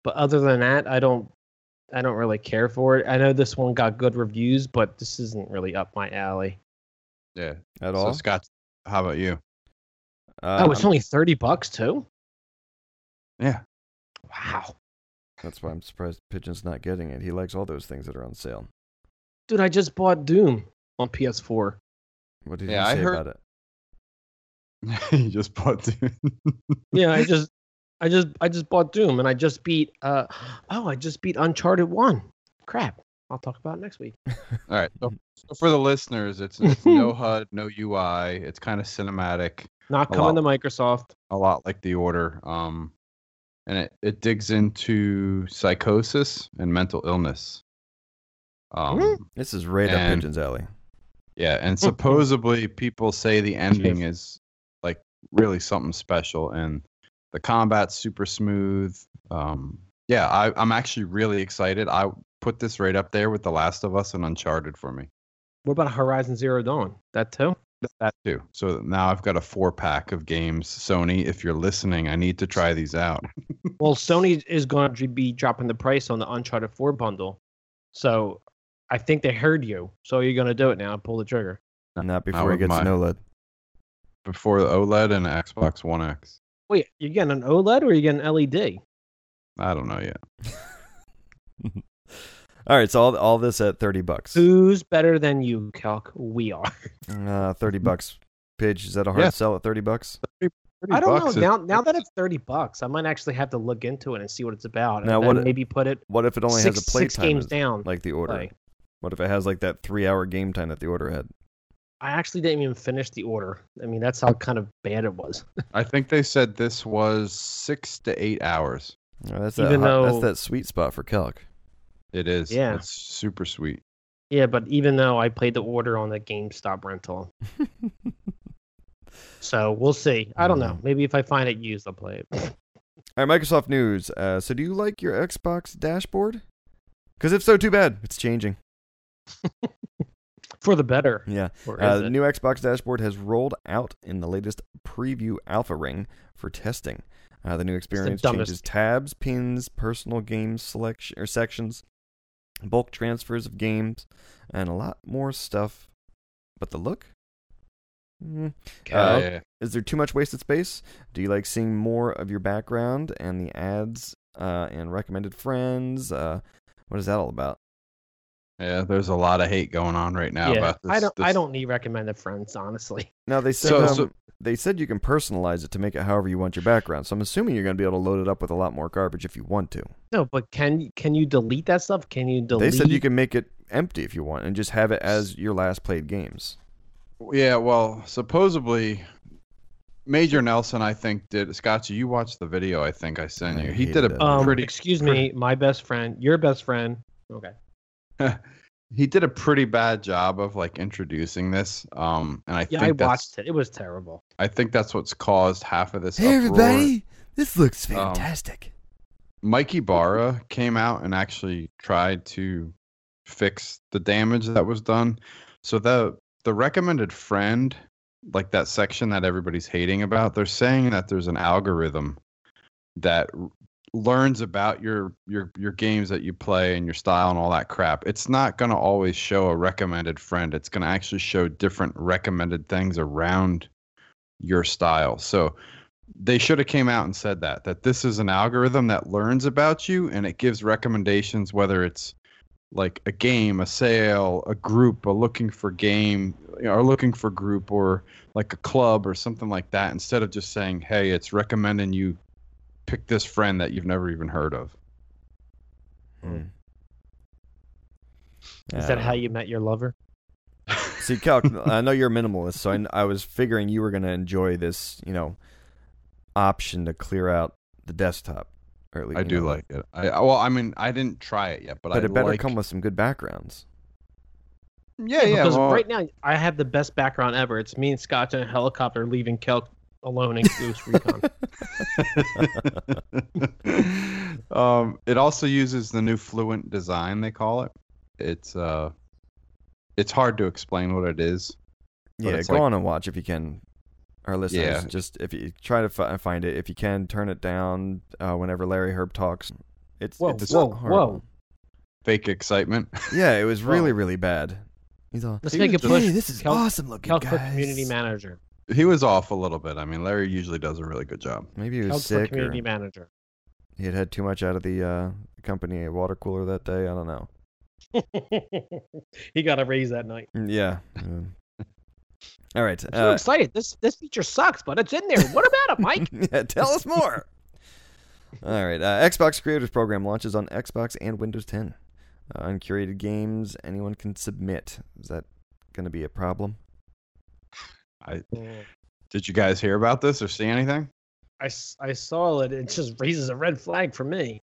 S2: But other than that, I don't, I don't really care for it. I know this one got good reviews, but this isn't really up my alley.
S8: yeah.
S3: At
S8: So
S3: all?
S8: Scott, how about you?
S3: Uh,
S2: oh, it's only thirty bucks too.
S8: Yeah.
S2: Wow,
S3: that's why I'm surprised Pigeon's not getting it. He likes all those things that are on sale.
S2: dude! I just bought Doom on PS4.
S3: What did
S8: Yeah,
S3: you
S8: I
S3: say
S8: heard-
S3: about it?
S8: you just bought two.
S2: Yeah, I just I just I just bought Doom and I just beat uh oh I just beat Uncharted One. Crap. I'll talk about it next week.
S8: All right. So, so for the listeners, it's, it's no HUD, no UI. It's kind of cinematic,
S2: Not
S8: A
S2: coming to Microsoft.
S8: a lot like the order. Um, and it, it digs into psychosis and mental illness. Um,
S3: This is right up
S8: And-
S3: Pigeon's alley.
S8: Yeah, and supposedly people say the ending is like really something special, and the combat's super smooth. Um, yeah, I, I'm actually really excited. I put this right up there with The Last of Us and Uncharted for me.
S2: What about Horizon Zero Dawn? That too?
S8: That too. So now I've got a four pack of games. Sony, if you're listening, I need to try these out.
S2: Well, Sony is going to be dropping the price on the Uncharted 4 bundle. So I think they heard you. So you're going to do it now. Pull the trigger.
S3: Not before he
S8: with
S3: gets
S8: my-
S3: an OLED.
S8: Before the OLED and Xbox One X.
S2: Wait, you're getting an OLED or you're getting an E LED?
S8: I don't know yet.
S3: All right, so all, all this at thirty bucks.
S2: Who's better than you, Calc? We are.
S3: Uh, thirty bucks. Pidge, is that a hard
S8: Yeah.
S3: sell at thirty bucks?
S2: I don't know.
S8: bucks is-
S2: now, now that it's 30 bucks, I might actually have to look into it and see what it's about. And
S3: Now,
S2: then
S3: what-
S2: maybe put it
S3: What if it only
S2: six,
S3: has a play
S2: six
S3: time
S2: games
S3: as-
S2: down.
S3: like the order?
S2: Play.
S3: What if it has like that three-hour game time that the order had?
S2: I actually didn't even finish the order. I mean, that's how kind of bad it was.
S8: I think they said this was six to eight hours.
S3: Oh, that's that
S2: Even
S3: hot-
S2: though-
S3: that's that sweet spot for calc.
S8: It is.
S2: Yeah.
S8: It's super sweet.
S2: Yeah, but even though I played the order on the GameStop rental. so we'll see. I don't know.
S3: Mm.
S2: Maybe if I find it used, I'll play it.
S3: All right, Microsoft news. Uh, so, do you like your Xbox dashboard? Because if so, too bad. It's changing.
S2: For the better.
S3: Yeah.
S2: Or
S3: Uh,
S2: is
S3: the
S2: it?
S3: new Xbox dashboard has rolled out in the latest preview alpha ring for testing. Uh, the new experience
S2: dumbest-
S3: changes tabs, pins, personal game selection or sections, bulk transfers of games, and a lot more stuff. But the look? Mm. Uh,
S8: Yeah.
S3: Is there too much wasted space? Do you like seeing more of your background and the ads uh, and recommended friends? Uh, what is that all about?
S8: Yeah, there's a lot of hate going on right now
S2: yeah.
S8: about uh, this.
S2: I don't. I
S8: this-
S2: don't need recommended friends, honestly.
S3: Now they said
S8: So-
S3: um,
S8: so-
S3: they said you can personalize it to make it however you want your background. So I'm assuming you're going to be able to load it up with a lot more garbage if you want to.
S2: No, but can can you delete that stuff? Can you delete?
S3: They said you can make it empty if you want and just have it as your last played games.
S8: Yeah, well, supposedly Major Nelson, I think, did Scotty, you watched the video I think I sent
S3: I
S8: you. He
S3: hated it.
S8: did a
S2: Um,
S8: pretty
S2: excuse me, my best friend, your best friend. Okay.
S8: he did a pretty bad job of like introducing this. Um and I
S2: Yeah, I
S8: think that's
S2: watched it. It was terrible.
S8: I think that's what's caused half of Um, this. uproar.
S3: this looks
S8: fantastic. Mikey Barra came out and actually tried to fix the damage that was done. So the the recommended friend, like that section that everybody's hating about, they're saying that there's an algorithm that r- learns about your your your games that you play and your style and all that crap. It's not going to always show a recommended friend. It's going to actually show different recommended things around your style. So they should have came out and said that that this is an algorithm that learns about you and it gives recommendations whether it's like a game, a sale, a group, a looking for game you know, or looking for group or like a club or something like that instead of just saying, "Hey, it's recommending you pick this friend that you've never even heard of."
S2: Is that how you met your lover?
S3: See, Calc, I know you're a minimalist, so I, I was figuring you were going to enjoy this, you know, option to clear out the desktop. Or at least,
S8: I
S3: you
S8: do
S3: know,
S8: like it. I I- well, I mean, I didn't try it yet, but,
S3: but
S8: I
S3: it better
S8: like-
S3: come with some good backgrounds.
S8: Yeah, yeah,
S2: because
S8: well,
S2: right now I have the best background ever. It's me and Scott in a helicopter leaving Kelk alone in Goose Recon.
S8: um, it also uses the new fluent design they call it. It's uh, it's hard to explain what it is. But
S3: yeah,
S8: it's
S3: go
S8: like-
S3: on and watch if you can. Our listeners,
S8: Yeah.
S3: just if you try to fi- find it, if you can, turn it down uh, whenever Larry Herb talks. It's
S2: Whoa,
S3: it's
S2: whoa,
S3: not horrible.
S8: Fake excitement.
S3: Yeah, it was really really bad. He's all,
S2: Let's
S8: He
S2: make a
S8: was
S2: push.
S3: hey, this is
S2: Cal-
S3: awesome looking,
S2: Calc for
S3: guys.
S2: community manager.
S8: he was off a little bit. I mean, Larry usually does a really good job.
S3: Maybe he
S2: Calc
S3: was
S2: for
S3: sick or
S2: community manager.
S3: he had had too much out of the uh, company water cooler that day. I don't know.
S2: he got a raise that night.
S3: Mm, Yeah. Mm. all right.
S2: I'm so
S3: Uh,
S2: excited. This this feature sucks, but it's in there. What about it, Mike?
S3: yeah, tell us more. All right. Uh, Xbox Creators Program launches on Xbox and Windows 10. Uh, uncurated games anyone can submit. Is that going to be a problem?
S8: I did you guys hear about this or see anything?
S2: I, s- I saw it. It just raises a red flag for me.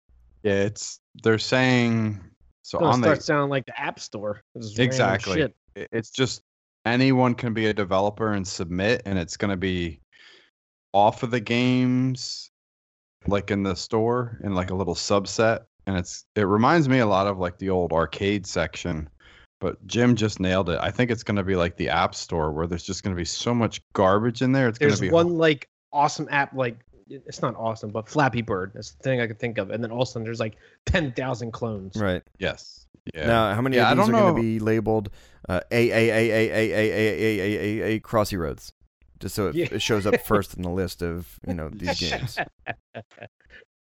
S8: Yeah, it's they're saying so
S2: It's gonna
S8: on the
S2: start sounding like the App Store. This is random
S8: Exactly.
S2: shit.
S8: it- it's just anyone can be a developer and submit and it's going to be off of the games like in the store in like a little subset and it's it reminds me a lot of like the old arcade section but jim just nailed it i think it's going to be like the app store where there's just going to be so much garbage in there it's going
S2: There's
S8: to be
S2: one like awesome app like it's not awesome, but Flappy Bird. That's the thing I could think of. And then all of a sudden there's like ten thousand clones.
S3: Right.
S8: yes yeah
S3: Now, how many
S8: Yeah, I
S3: of these are
S8: don't
S3: going to
S8: know.
S3: be labeled uh, A A A A A A A A A A A Crossy Roads? Just so it,
S2: Yeah.
S3: it shows up first in the list of you know these games.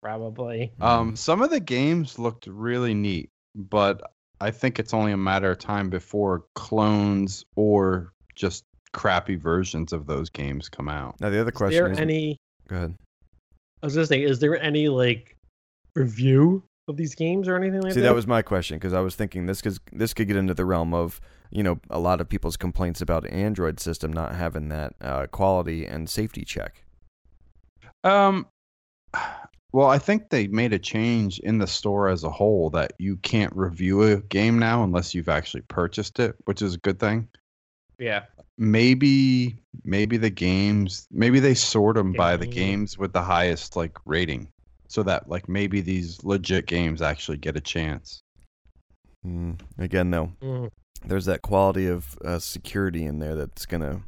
S2: Probably.
S8: Um, some of the games looked really neat, but I think it's only a matter of time before clones or just crappy versions of those games come out.
S3: Now the other
S2: Is
S3: question
S2: there
S3: is.
S2: any
S3: Go ahead.
S2: I was gonna say, is there any like review of these games or anything like
S3: See,
S2: that?
S3: that was my question because I was thinking this because this could get into the realm of you know a lot of people's complaints about Android system not having that uh, quality and safety check.
S8: Um, well, I think they made a change in the store as a whole that you can't review a game now unless you've actually purchased it, which is a good thing.
S2: yeah.
S8: Maybe, maybe the games, maybe they sort them by the
S2: Game.
S8: games with the highest like rating, so that like maybe these legit games actually get a chance. Hmm.
S3: Mm. Again, though,
S2: Mm.
S3: there's that quality of uh, security in there that's gonna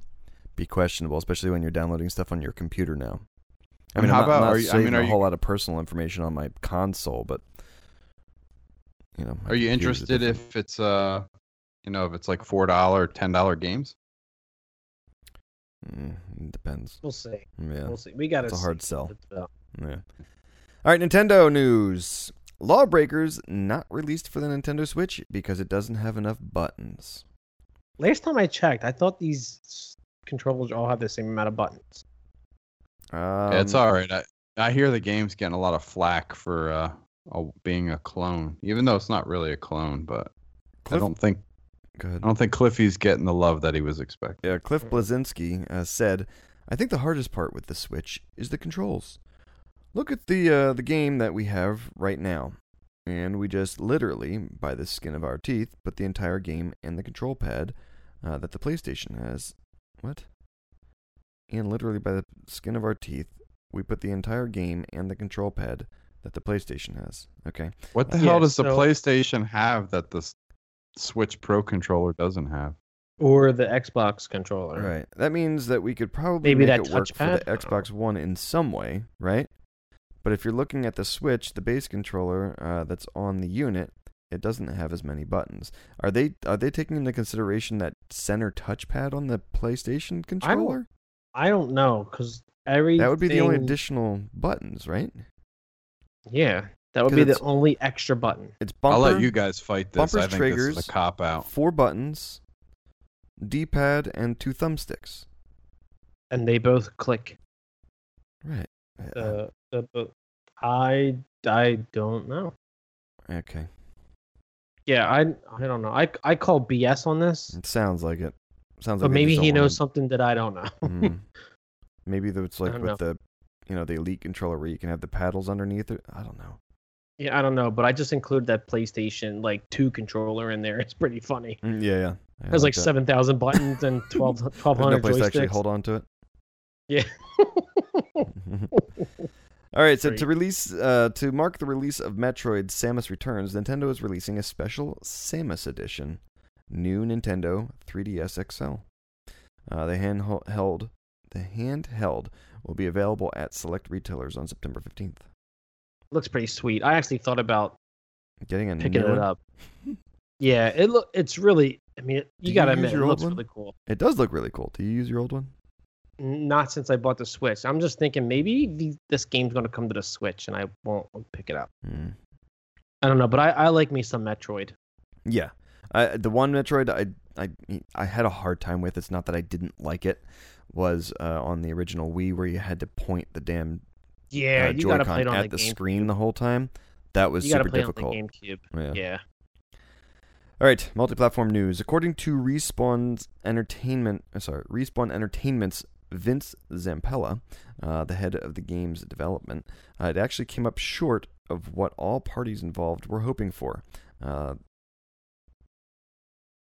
S3: be questionable, especially when you're downloading stuff on your computer now. I mean,
S8: And
S3: I'm
S8: how
S3: not,
S8: about-
S3: I'm not
S8: are you- I mean,
S3: saving
S8: are
S3: a
S8: you-
S3: whole lot of personal information on my console, but you know, my
S8: Are you
S3: computer's a
S8: interested
S3: different-
S8: if it's uh you know if it's like four dollar, ten dollar games?
S3: Mm, it depends.
S2: We'll see.
S3: Yeah.
S2: We'll see. We gotta
S3: It's a
S2: see
S3: hard
S2: what uh,
S3: sell.
S2: it's about.
S3: Yeah. All right, Nintendo news. Lawbreakers not released for the Nintendo Switch because it doesn't have enough buttons.
S2: Last time I checked, I thought these s- controllers all have the same amount of buttons.
S3: Um,
S8: Yeah, it's all right. I, I hear the game's getting a lot of flack for uh a, being a clone, even though it's not really a clone. But I
S3: Cliff-
S8: don't think
S3: Go ahead.
S8: I don't think Cliffy's getting the love that he was expecting.
S3: Yeah, Uh, Cliff Blazinski uh, said, "I think the hardest part with the Switch is the controls. Look at the uh, the game that we have right now, and we just literally, by the skin of our teeth, put the entire game and the control pad uh, that the PlayStation has. What? And literally, by the skin of our teeth, we put the entire game and the control pad that the PlayStation has. Okay,
S8: What the
S2: Yeah,
S8: hell does the
S2: so-
S8: PlayStation have that the S- Switch Pro controller doesn't have?
S2: Or the Xbox controller.
S3: right. That means that we could probably
S2: Maybe
S3: make
S2: that
S3: it work for the
S2: touchpad?
S3: Xbox One in some way, right? But if you're looking at the Switch, the base controller uh, that's on the unit, it doesn't have as many buttons. Are they are they taking into consideration that center touchpad on the PlayStation controller?
S2: I don't know, because every
S3: That would be the only additional buttons, right?
S2: Yeah. That would
S3: 'Cause
S2: be the
S3: it's-
S2: only extra button.
S3: It's bumper,
S8: I'll let you guys fight this. I
S3: bumpers,
S8: think this
S3: triggers,
S8: is a cop out.
S3: four buttons, D-pad, and two thumbsticks.
S2: And they both click.
S3: Right. Uh,
S2: Uh, uh, uh, I I don't know.
S3: okay.
S2: Yeah, I I don't know. I I call BS on this,
S3: It sounds like it. Sounds like
S2: but
S3: they just
S2: maybe he
S3: don't wanna-
S2: knows something that I don't know.
S3: Mhm. Maybe though it's like
S2: Mm-hmm. don't
S3: with the, you know, the elite controller where you can have the paddles underneath it. I don't know.
S2: Yeah, I don't know, but I just included that PlayStation like two controller in there. It's pretty funny.
S3: Mm, yeah, yeah. I
S2: There's like
S3: that.
S2: seven thousand buttons and 12,
S3: There's no
S2: 1,200
S3: place
S2: joysticks.
S3: to actually hold on to it.
S2: Yeah.
S3: All right, so
S2: Great.
S3: to release, uh, to mark the release of Metroid: Samus Returns, Nintendo is releasing a special Samus edition, new Nintendo 3DS XL. Uh, the handheld, the handheld will be available at select retailers on September 15th.
S2: Looks pretty sweet. I actually thought about
S3: Getting a
S2: picking
S3: new
S2: it
S3: one?
S2: up. Yeah, it look. It's really. I mean, it,
S3: Do
S2: you
S3: you
S2: gotta
S3: use
S2: admit, it
S3: your old
S2: looks
S3: one?
S2: really cool.
S3: It does look really cool. Do you use your old one?
S2: N- Not since I bought the Switch. I'm just thinking maybe the, this game's gonna come to the Switch and I won't pick it up.
S3: Mm.
S2: I don't know, but I, I like me some Metroid.
S3: Yeah, I, the one Metroid I, I I had a hard time with. It's not that I didn't like it. Was uh, on the original Wii where you had to point the damn
S2: Yeah,
S3: uh,
S2: you gotta play it
S3: Joy-Con
S2: on
S3: at the,
S2: the, game.
S3: screen the whole time. That was
S2: you gotta
S3: super
S2: play
S3: difficult.
S2: on the GameCube.
S3: Yeah.
S2: Yeah.
S3: All right, multi-platform news. According to Respawn's Entertainment, uh, sorry, Respawn Entertainment's Vince Zampella, uh, the head of the game's development, uh, it actually came up short of what all parties involved were hoping for. Uh,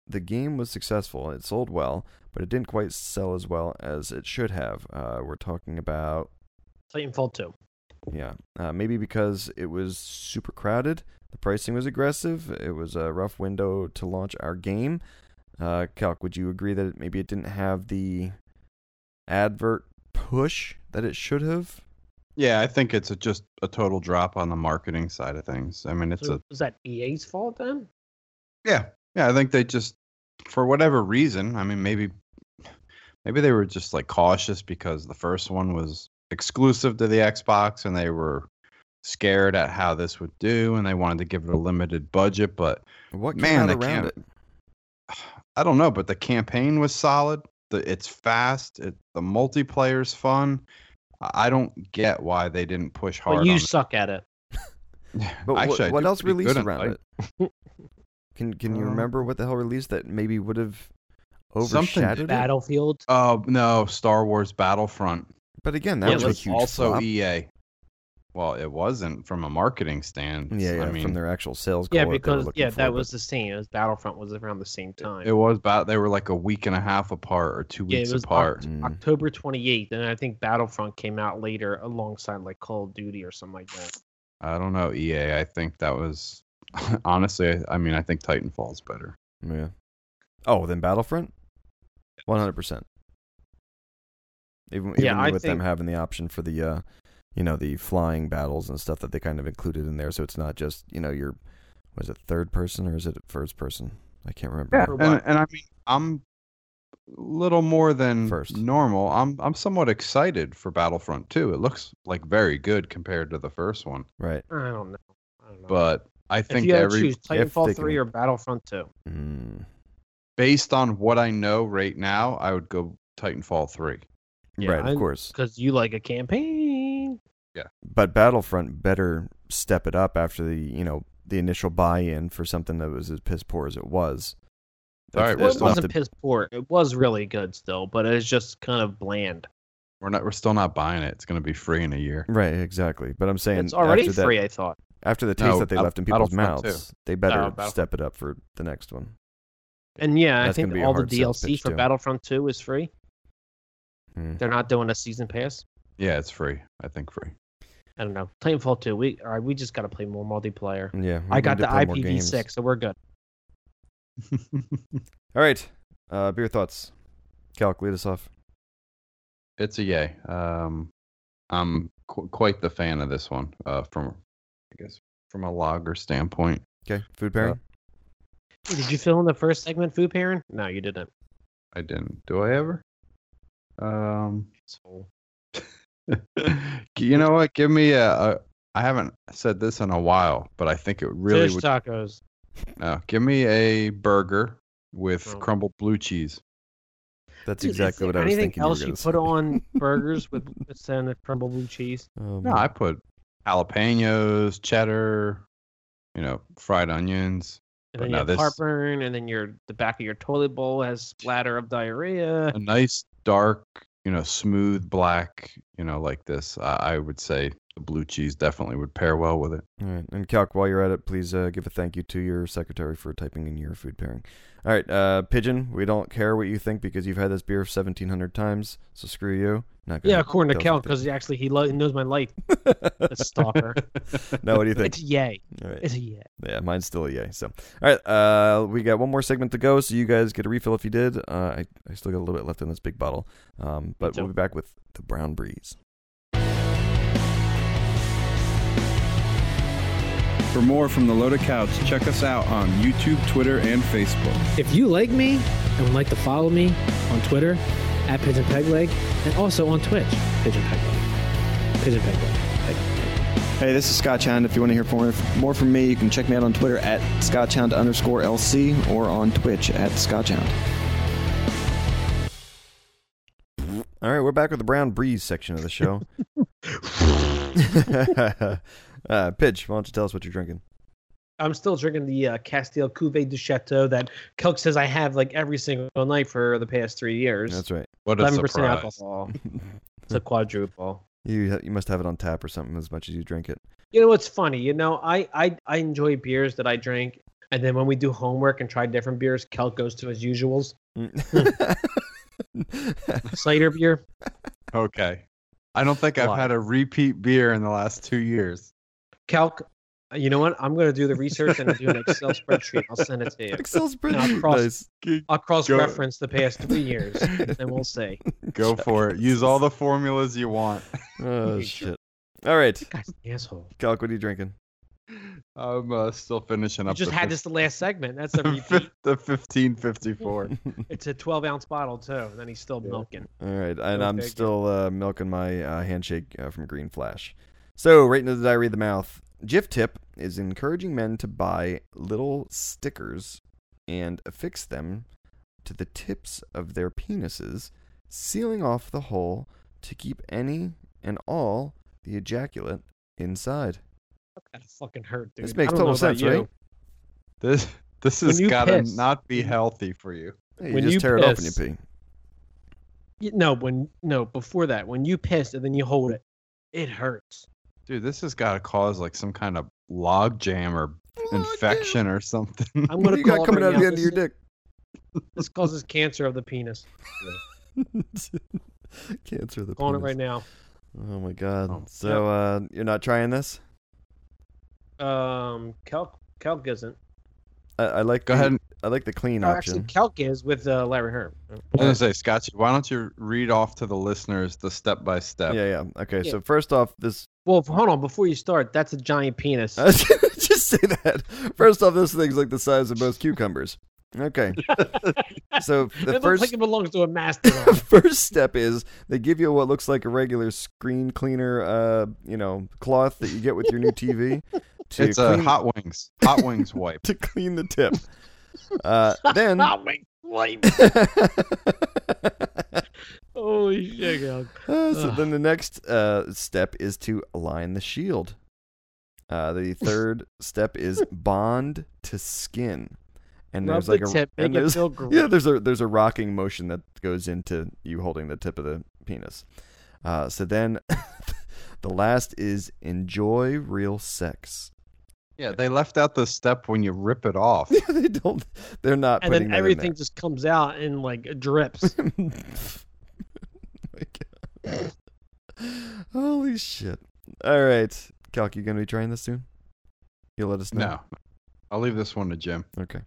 S3: the game was successful; it sold well, but it didn't quite sell as well as it should have. Uh, we're talking about
S2: Titanfall 2.
S3: yeah, uh, maybe because it was super crowded, the pricing was aggressive, it was a rough window to launch our game. Uh, Calc, would you agree that it, maybe it didn't have the advert push that it should have?
S8: Yeah, I think it's a, just a total drop on the marketing side of things. I mean, it's
S2: So
S8: a
S2: was that EA's fault then?
S8: yeah, yeah. I think they just for whatever reason. I mean, maybe maybe they were just like cautious because the first one was exclusive to the Xbox, and they were scared at how this would do, and they wanted to give it a limited budget, but
S3: What came
S8: Man,
S3: out
S8: I
S3: around
S8: can't-
S3: it?
S8: I don't know, but the campaign was solid. The, it's fast. It, the multiplayer's fun. I I don't get why they didn't push hard.
S2: But you
S8: on
S2: suck at it.
S8: it.
S3: But what-
S8: Actually, I
S3: what,
S8: do
S3: else
S8: pretty
S3: released
S8: good in
S3: around
S8: fight.
S3: it? Can Can
S2: Uh,
S3: you
S8: Um,
S3: remember what the hell released that maybe would have
S8: something
S3: overshadowed it?
S2: Battlefield.
S8: Oh no, Star Wars Battlefront.
S3: But again, that
S2: Yeah,
S3: was
S8: It
S3: a
S2: was
S3: huge
S8: also e-
S3: flop.
S8: EA. Well, it wasn't from a marketing stand.
S3: yeah, yeah,
S8: I mean,
S3: from their actual sales.
S2: Yeah,
S3: goal that they were
S2: because
S3: looking
S2: yeah,
S3: for,
S2: that
S3: but-
S2: was the same. It was Battlefront was around the same time.
S8: it was about they were like a week and a half apart or two
S2: yeah,
S8: weeks
S2: it was Oct-
S8: apart.
S3: Mm.
S2: October 28th, and I think Battlefront came out later alongside like Call of Duty or something like that.
S8: I don't know EA. I think that was honestly. I- I mean, I think Titanfall's better.
S3: Yeah. Oh, then Battlefront? 100%. Even, even
S2: Yeah, I
S3: with them
S2: think-
S3: having the option for the, uh, you know, the flying battles and stuff that they kind of included in there. So it's not just, you know, your, was it third person or is it first person? I can't remember.
S2: For
S8: and,
S2: what?
S8: and I mean, I'm little more than
S3: First.
S8: normal. I'm I'm somewhat excited for Battlefront 2. It looks like very good compared to the first one,
S3: Right.
S2: I don't know. I don't know.
S8: but I
S2: if
S8: think
S2: you had to
S8: every
S2: choose Titanfall
S3: they
S2: 3
S3: can-
S2: or Battlefront 2,
S3: Mm.
S8: based on what I know right now, I would go Titanfall 3.
S2: Yeah,
S3: right,
S2: I-
S3: of course.
S2: because you like a campaign.
S3: But Battlefront better step it up after the, you know, the initial buy-in for something that was as piss poor as it was.
S8: All
S2: Well,
S3: That's-
S8: right, Well,
S3: that's
S2: it
S3: not
S2: wasn't
S3: the-
S2: piss poor. It was really good still, but it's just kind of bland.
S8: We're not we're still not buying it. It's going to be free in a year.
S3: Right, exactly. But I'm saying
S2: it's already
S3: after that,
S2: free, I thought.
S3: after the taste
S8: No,
S3: that they
S8: Bat-
S3: left in people's
S8: Battlefront
S3: mouths, they better
S2: Battlefront.
S3: step it up for the next one.
S2: And yeah, I
S3: That's gonna
S2: think
S3: be a
S2: all the
S3: hard sales
S2: DLC
S3: pitch,
S2: for
S3: too.
S2: Battlefront 2 is free.
S3: Hmm.
S2: They're not doing a season pass.
S8: Yeah, it's free. I think free.
S2: I don't know. Titanfall 2, we all right, we just got to play more multiplayer.
S3: Yeah, we
S2: I got
S3: need
S2: the
S3: to play more games.
S2: IPv6, so we're good.
S3: All right, uh, beer thoughts. Calc, lead us off.
S8: It's a yay. Um, I'm qu- quite the fan of this one. Uh, from I guess from a logger standpoint.
S3: Okay, food pairing.
S2: Did you fill in the first segment, food pairing? No, you didn't.
S8: I didn't. Do I ever? Um,
S2: So,
S8: you know what? Give me a. a I haven't said this in a while, but I think it really
S2: fish
S8: would.
S2: tacos.
S8: No, give me a burger with
S2: Oh.
S8: crumbled blue cheese.
S3: That's
S2: Dude, is
S3: exactly what
S2: there
S3: I was
S2: anything
S3: thinking.
S2: else
S3: you,
S2: you, put
S3: were gonna say.
S2: on burgers with instead of crumble blue cheese?
S3: Um,
S8: No, I put jalapenos, cheddar, you know, fried onions.
S2: And
S8: But
S2: then
S8: no,
S2: you have
S8: this-
S2: heartburn, and then your the back of your toilet bowl has splatter of diarrhea.
S8: a nice dark, you know, smooth black, you know, like this. I, I would say the blue cheese definitely would pair well with it.
S3: All right, and Calc, while you're at it, please uh, give a thank you to your secretary for typing in your food pairing. All right, uh, Pigeon, we don't care what you think because you've had this beer 1,700 times, so screw you. Not gonna
S2: Yeah, according to
S3: tell
S2: Kel,
S3: us what
S2: because actually he lo- knows my life. The stalker.
S3: you- no, what do you think?
S2: it's yay.
S3: All right.
S2: It's a yay.
S3: Yeah, mine's still E a yay. So, all right, uh, we got one more segment to go, so you guys get a refill if you did. Uh, I, I still got a little bit left in this big bottle, um, but we'll
S2: too.
S3: be back with the brown breeze.
S10: For more from the Loaded Couch, check us out on YouTube, Twitter, and Facebook.
S9: If you like me and would like to follow me on Twitter at Pigeon Peg Leg and also on Twitch, Pigeon Peg Leg. Pigeon Peg Leg.
S11: Hey, this is Scotch Hound. If you want to hear more, more from me, you can check me out on Twitter at Scotchhound underscore LC or on Twitch at Scotchhound.
S3: All right, we're back with the brown breeze section of the show. uh, Pidge, why don't you tell us what you're drinking?
S2: I'm still drinking the uh, Castile Cuvée du Chateau that Kelk says I have like every single night for the past three years.
S3: That's right.
S8: What a surprise.
S2: alcohol. it's a quadruple.
S3: You you must have it on tap or something as much as you drink it.
S2: You know what's funny? You know, I, I I enjoy beers that I drink, and then when we do homework and try different beers, Kelk goes to his usuals. Cider beer.
S8: Okay. I don't think I've
S2: Why?
S8: had a repeat beer in the last two years.
S2: Calc, you know what? I'm going to do the research and do an Excel spreadsheet. I'll send it to you.
S3: Excel
S2: And I'll
S3: spreadsheet.
S2: cross,
S3: Nice. G-
S2: I'll cross reference the past three years, and we'll see.
S8: Go for it. Use all the formulas you want.
S3: Oh shit. All right,
S2: Guy's an asshole.
S3: Calc, what are you drinking?
S8: I'm uh, still finishing
S2: You
S8: up.
S2: just
S8: the
S2: had
S8: fif-
S2: this the last segment. That's a repeat.
S8: fif- the 1554.
S2: it's a 12 ounce bottle too, and then he's still milking.
S3: All right, and I'm
S2: Okay, good.
S3: still uh, milking my uh, handshake uh, from Green Flash. So, right into the diary of the mouth, GIF tip is encouraging men to buy little stickers and affix them to the tips of their penises, sealing off the hole to keep any and all the ejaculate inside.
S2: That fucking hurt, dude.
S3: this makes
S2: I don't know
S3: total sense,
S2: about you.
S3: right?
S8: This this
S2: When
S8: has
S2: you
S8: got to
S2: piss-
S8: not be healthy for you.
S3: Yeah, you
S2: When
S3: just
S2: you
S3: tear it off and you
S2: piss-
S3: pee.
S2: You- No, when no before that, when you piss and then you hold it, it hurts.
S8: Dude, this has got to cause like some kind of log jam or infection or something.
S2: I'm
S3: What
S2: gonna
S3: do you
S2: call
S3: got
S2: it
S3: coming
S2: right
S3: out
S2: now.
S3: of the end of your
S2: This-
S3: dick?
S2: This causes cancer of the penis.
S3: Cancer of the
S2: Calling it
S3: penis.
S2: right now.
S3: Oh my god.
S8: Oh.
S3: so uh, you're not trying this?
S2: Um, Calc Calc isn't.
S3: I, I like
S8: Go
S3: the,
S8: ahead. and-
S3: I like the clean
S2: No,
S3: option.
S2: actually, Calc is with uh, Larry Herb.
S3: Oh.
S8: I was gonna say, Scotch, why don't you read off to the listeners the step by step?
S3: Yeah, yeah. Okay,
S2: Yeah.
S3: so first off, this
S2: Well, hold on. Before you start, that's a giant penis.
S3: I was gonna just say that. First off, this thing's like the size of most cucumbers. Okay. so the
S2: it looks
S3: first
S2: like it belongs to a mastodon.
S3: first step is they give you what looks like a regular screen cleaner, uh, you know, cloth that you get with your new TV. To
S8: It's a
S3: clean,
S8: hot wings, hot wings wipe.
S3: to clean the tip. Uh, then
S1: Oh my flame.
S2: Holy shit, Calc.
S3: Uh, so
S2: Ugh.
S3: then the next uh, step is to align the shield. Uh, the third step is bond to skin, and
S2: Rub
S3: there's like
S2: the
S3: a
S2: tip,
S3: and
S2: make it
S3: there's-
S2: feel great.
S3: yeah, there's a there's a rocking motion that goes into you holding the tip of the penis. Uh, so then the last is enjoy real sex.
S8: Yeah, they left out the step when you rip it off.
S3: they don't. They're not
S2: And
S3: putting
S2: then
S3: that in there.
S2: everything just comes out and like drips.
S3: My God. Holy shit. All right. Calc, you going to be trying this soon? You'll let us know?
S8: No, I'll leave this one to Jim.
S3: Okay.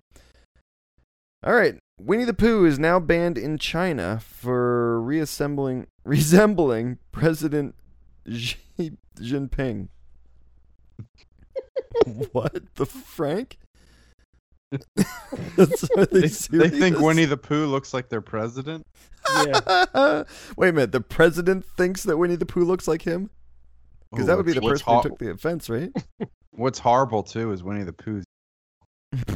S3: All right. Winnie the Pooh is now banned in China for reassembling, resembling President Xi Jinping. what the Frank? That's how they,
S8: They,
S3: do
S8: they think
S3: this?
S8: Winnie the Pooh looks like their president.
S2: yeah.
S3: Wait a minute. The president thinks that Winnie the Pooh looks like him because
S8: Ooh,
S3: that would be the
S8: what's
S3: person who
S8: hor-
S3: took the offense, right?
S8: What's horrible too is Winnie the Pooh's.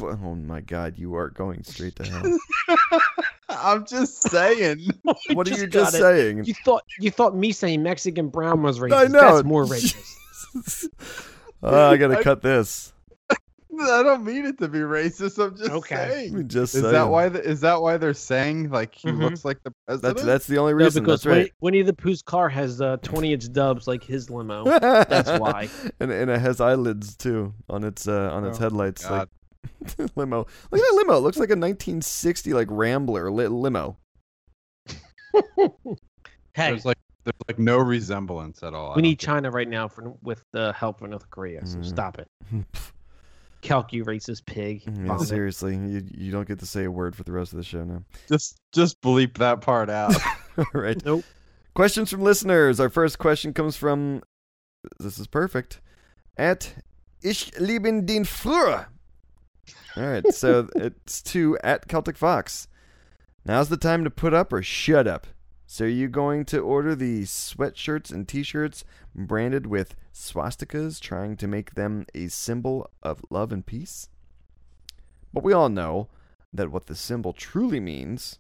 S3: oh my God, you are going straight to hell.
S8: I'm just saying.
S3: what are you
S2: got
S3: just
S2: it.
S3: saying?
S2: You thought you thought me saying Mexican brown was racist.
S3: I know.
S2: That's more racist.
S3: Oh, I gotta
S8: I-
S3: cut this.
S8: I don't mean it to be racist. I'm just
S2: Okay.
S8: saying.
S3: You Just
S8: Is that
S3: saying.
S8: why? The, is that why they're saying like he
S2: Mhm.
S8: looks like the president?
S3: That's that's the only
S2: No,
S3: reason.
S2: because
S3: that's right.
S2: Winnie, Winnie the Pooh's car has uh, 20 inch dubs like his limo.
S3: that's
S2: why.
S3: And and it has eyelids too on its uh, on its
S8: Oh,
S3: headlights. Like limo. Look at that limo. It looks like a 1960 like Rambler li- limo.
S2: Hey,
S8: There's like there's like no resemblance at all. I
S2: we
S8: don't
S2: need
S8: think.
S2: China right now for with the help of North Korea. So
S3: Mm.
S2: stop it. Calc, you racist pig.
S3: Mm, Yeah,
S2: Vomit.
S3: seriously, you you don't get to say a word for the rest of the show now.
S8: Just just bleep that part out.
S3: All right.
S2: Nope.
S3: Questions from listeners. Our first question comes from this is perfect at Ich lieben den Flur. All right, so it's to at Celtic Fox. Now's the time to put up or shut up. So are you going to order the sweatshirts and t-shirts branded with swastikas, trying to make them a symbol of love and peace? But we all know that what the symbol truly means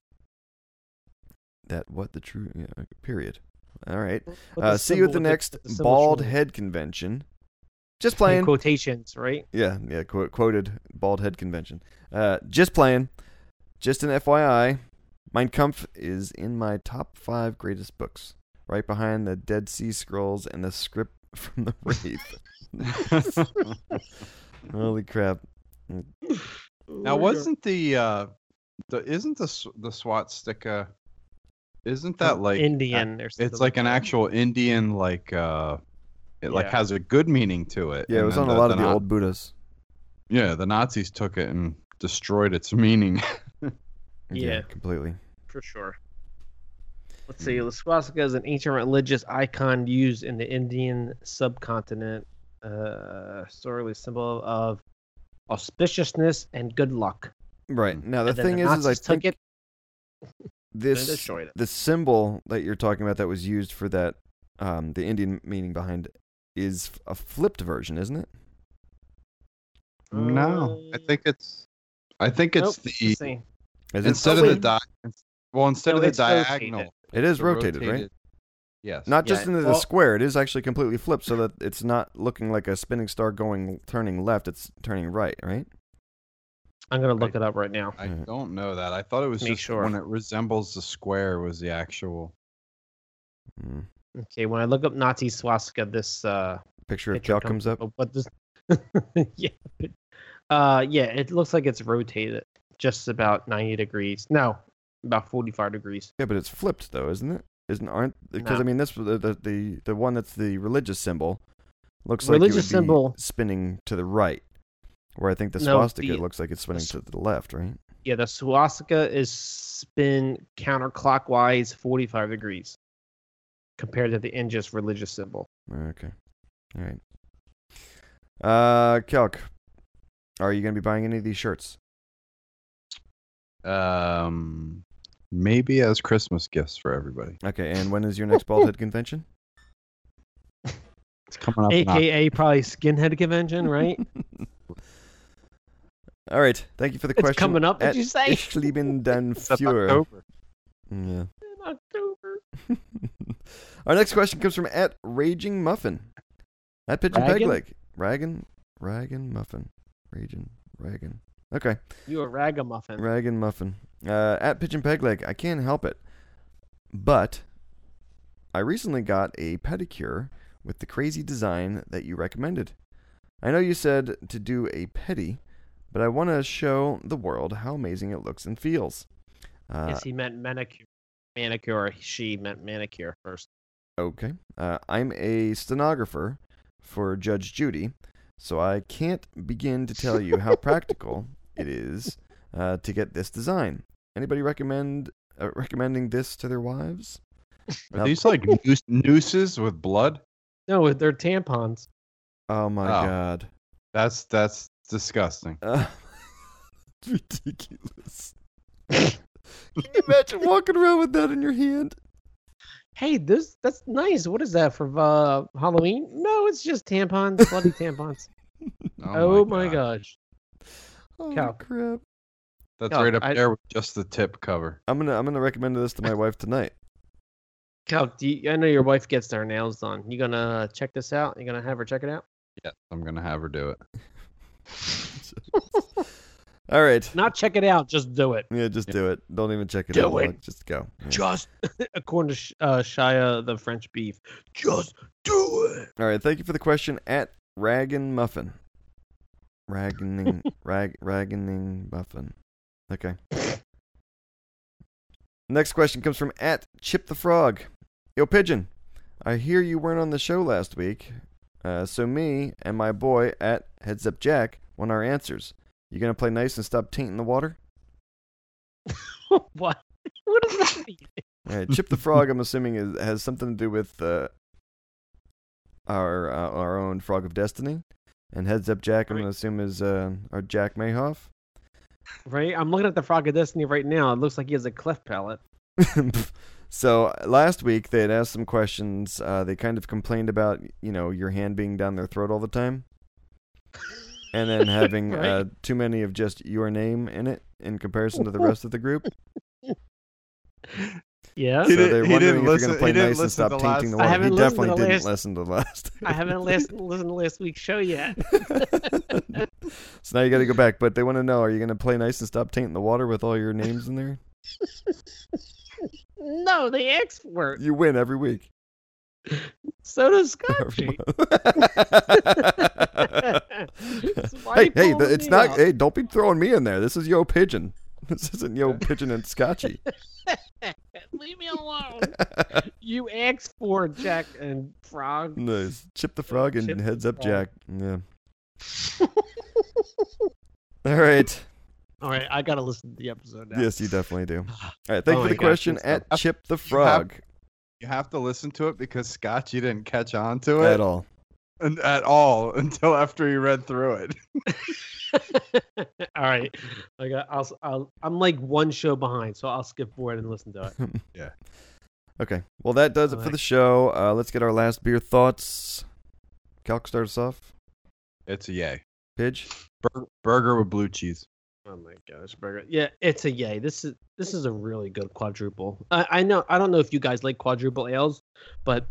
S3: that what the true yeah, period All right.
S2: Put
S3: Uh,
S2: the
S3: see you
S2: symbol
S3: at the
S2: with the-
S3: next
S2: the symbol
S3: bald
S2: showing.
S3: head convention. Just
S2: In
S3: playing.
S2: quotations, right?
S3: Yeah, yeah, qu- quoted bald head convention. Uh, just playing. Just an FYI, Mein Kampf is in my top five greatest books, right behind the Dead Sea Scrolls and the script from the Wraith. Holy crap!
S8: Now, wasn't the uh, the isn't the s- the SWAT sticker? Isn't that like
S2: Indian or
S8: it's
S2: something
S8: like an actual Indian like uh, it like
S2: Yeah.
S8: has a good meaning to it.
S3: Yeah, it
S8: and
S3: was
S8: then
S3: on a lot of the
S8: Na-
S3: old Buddhas.
S8: Yeah, the Nazis took it and destroyed its meaning.
S2: Yeah.
S3: completely.
S2: for sure. Let's see. The swastika is an ancient religious icon used in the Indian subcontinent, uh, sorely symbol of auspiciousness and good luck.
S3: Right now, the
S2: And then
S3: thing is, is I
S2: Nazis took
S3: think
S2: it.
S3: this
S2: destroyed it.
S3: the symbol that you're talking about that was used for that um, the Indian meaning behind it is f- a flipped version, isn't it?
S8: no, I think it's I think it's
S2: Oh. Um, Nope,
S8: the,
S2: same.
S3: Is it
S8: instead of the di- well instead
S2: No,
S8: of the
S2: it's rotated.
S8: diagonal,
S3: It is
S8: the
S3: rotated, right?
S8: Yes.
S3: Not just
S2: Yeah,
S3: into the
S2: well-
S3: square. It is actually completely flipped, so that it's not looking like a spinning star going turning left. It's turning right, right?
S2: I'm gonna look it up right now.
S8: I don't know that. I thought it was
S2: Make
S8: just
S2: sure.
S8: when it resembles the square was the actual.
S3: Mm.
S2: Okay, when I look up Nazi swastika, this uh,
S3: Picture of
S2: picture
S3: Cal comes up.
S2: What does? yeah, uh, yeah. It looks like it's rotated just about 90 degrees. No, about 45 degrees.
S3: Yeah, but it's flipped though, isn't it? Isn't aren't because
S2: No.
S3: I mean this the, the the the one that's the religious symbol looks like it would
S2: Religious symbol-
S3: be spinning to the right, where I think the
S2: No,
S3: swastika
S2: the-
S3: looks like it's spinning
S2: s-
S3: to the left, right?
S2: Yeah, the swastika is spin counterclockwise 45 degrees compared to the India's religious symbol.
S3: Okay, all right. Uh, Calc, are you gonna be buying any of these shirts?
S8: Um, maybe as Christmas gifts for everybody.
S3: Okay, and when is your next bald head convention?
S8: It's coming up. in Oc-
S2: AKA probably skinhead convention, right?
S3: All right, thank you for the
S2: It's
S3: question.
S2: coming up, did
S3: at
S2: you say?
S3: Ich lieben den Führer.
S8: October.
S3: Yeah.
S2: In October.
S3: Our next question comes from at Raging Muffin. At Pigeon Peg
S2: Raggin'?
S3: Leg. Raggin, Raggin Muffin. Raging, Raggin. Okay.
S2: You a ragamuffin.
S3: Raggin Muffin. Uh, at Pigeon Peg Leg. I can't help it. But I recently got a pedicure with the crazy design that you recommended. I know you said to do a pedi, but I want to show the world how amazing it looks and feels. Uh,
S2: yes, he meant manicure. Manicure. She meant manicure first.
S3: Okay. Uh, I'm a stenographer for Judge Judy, so I can't begin to tell you how practical it is uh, to get this design. Anybody recommend uh, recommending this to their wives?
S8: Are these like noose- nooses with blood?
S2: No, they're tampons.
S3: Oh my
S8: Oh.
S3: god,
S8: That's that's disgusting.
S3: uh, it's ridiculous! Can you imagine walking around with that in your hand?
S2: Hey, this that's nice. What is that for uh, Halloween? No, it's just tampons, bloody tampons. Oh, my, gosh.
S3: Oh
S2: Cow.
S3: crap!
S8: That's
S2: God,
S8: right up
S2: I-
S8: there with just the tip cover.
S3: I'm gonna I'm gonna recommend this to my wife tonight.
S2: Calc, do you, I know your wife gets their nails done. You gonna check this out? You gonna have her check it out?
S8: Yes, I'm gonna have her do it.
S3: All right.
S2: Not check it out, just do it.
S3: Yeah, just do it. Don't even check it
S2: Do
S3: out.
S2: it.
S3: Alec. Just go. Yeah.
S2: Just, according to Sh- uh, Shia the French Beef, just do it.
S3: All right. Thank you for the question at Raggin Muffin. Raggening, rag, raggening muffin. Okay. Next question comes from at Chip the Frog. Yo, Pigeon, I hear you weren't on the show last week. Uh, so me and my boy at Heads Up Jack want our answers. You gonna play nice and stop tainting the water?
S2: what? What does that mean?
S3: All right, Uh, Chip the Frog, I'm assuming, is, has something to do with uh, our uh, our own Frog of Destiny. And Heads Up Jack, I'm going to assume, is uh, our Jack Mayhoff.
S2: Right? I'm looking at the Frog of Destiny right now. It looks like he has a cleft palate.
S3: so uh, last week, they had asked some questions. Uh, they kind of complained about, you know, your hand being down their throat all the time. And then having
S2: Right.
S3: uh, too many of just your name in it in comparison to the rest of the group.
S2: Yeah.
S3: so they're wondering if you're going to play nice and stop tainting the
S2: I
S3: water.
S2: haven't
S3: He
S2: listened to
S3: definitely
S2: the
S3: didn't
S2: last-
S3: listen to the last.
S2: I haven't listened, listened to last week's show yet.
S3: So now you got to go back. But they want to know: Are you going to play nice and stop tainting the water with all your names in there?
S2: no, they asked for it.
S3: You win every week.
S2: So does Scotchy. why
S3: hey,
S2: you
S3: hey,
S2: pulling
S3: th- it's
S2: me
S3: not.
S2: out?
S3: Hey, don't be throwing me in there. This is yo pigeon. This isn't yo pigeon and Scotchy.
S2: Leave me alone. you asked for Jack and Frog.
S3: nice. Chip the frog and
S2: Chip the
S3: heads up,
S2: frog.
S3: Jack. Yeah. All right.
S2: All right, I gotta listen to the episode now.
S3: Yes, you definitely do. All right. Thank you
S2: Oh
S3: for the
S2: my gosh,
S3: question
S2: good
S3: at
S8: stuff.
S3: Chip the
S8: You have-
S3: Frog
S8: You have to listen to it because Scott, you didn't catch on to it
S3: at all.
S8: and, at all until after you read through it.
S2: All right, like I- I'll, I'll, I'm like one show behind, so I'll skip forward and listen to it.
S3: Okay. Well, that does it for
S2: Alright.
S3: the show. Uh, let's get our last beer thoughts. Calc start us off.
S8: It's a yay.
S3: Pidge.
S8: Burger, burger with blue cheese.
S2: Oh my gosh, burger! Yeah, it's a yay. This is this is a really good quadruple. I, I know I don't know if you guys like quadruple ales, but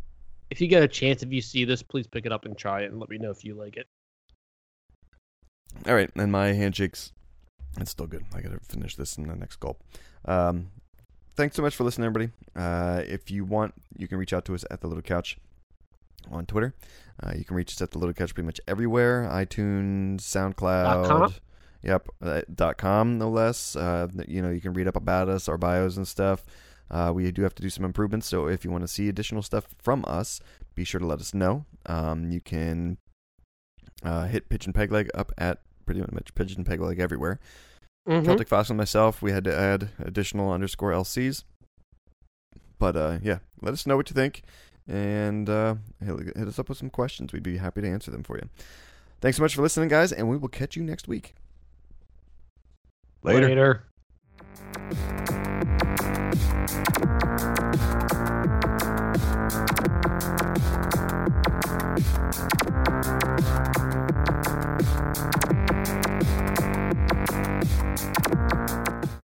S2: if you get a chance, if you see this, please pick it up and try it, and let me know if you like it.
S3: All right, and my handshakes. It's still good. I gotta finish this in the next gulp. Um, thanks so much for listening, everybody. Uh, if you want, you can reach out to us at the Little Couch on Twitter. Uh, you can reach us at the Little Couch pretty much everywhere: iTunes, SoundCloud.
S2: com?
S3: Yep, uh, dot com no less. Uh, you know, you can read up about us, our bios and stuff. Uh, we do have to do some improvements, so if you want to see additional stuff from us, be sure to let us know. Um, you can uh, hit Pigeon Peg Leg up at pretty much Pigeon Peg Leg everywhere.
S2: Mm-hmm.
S3: Celtic Fox and myself, we had to add additional underscore LCs. But uh, yeah, let us know what you think and uh, hit hit us up with some questions. We'd be happy to answer them for you. Thanks so much for listening, guys, and we will catch you next week.
S8: Later.
S2: Later.
S12: Thank you.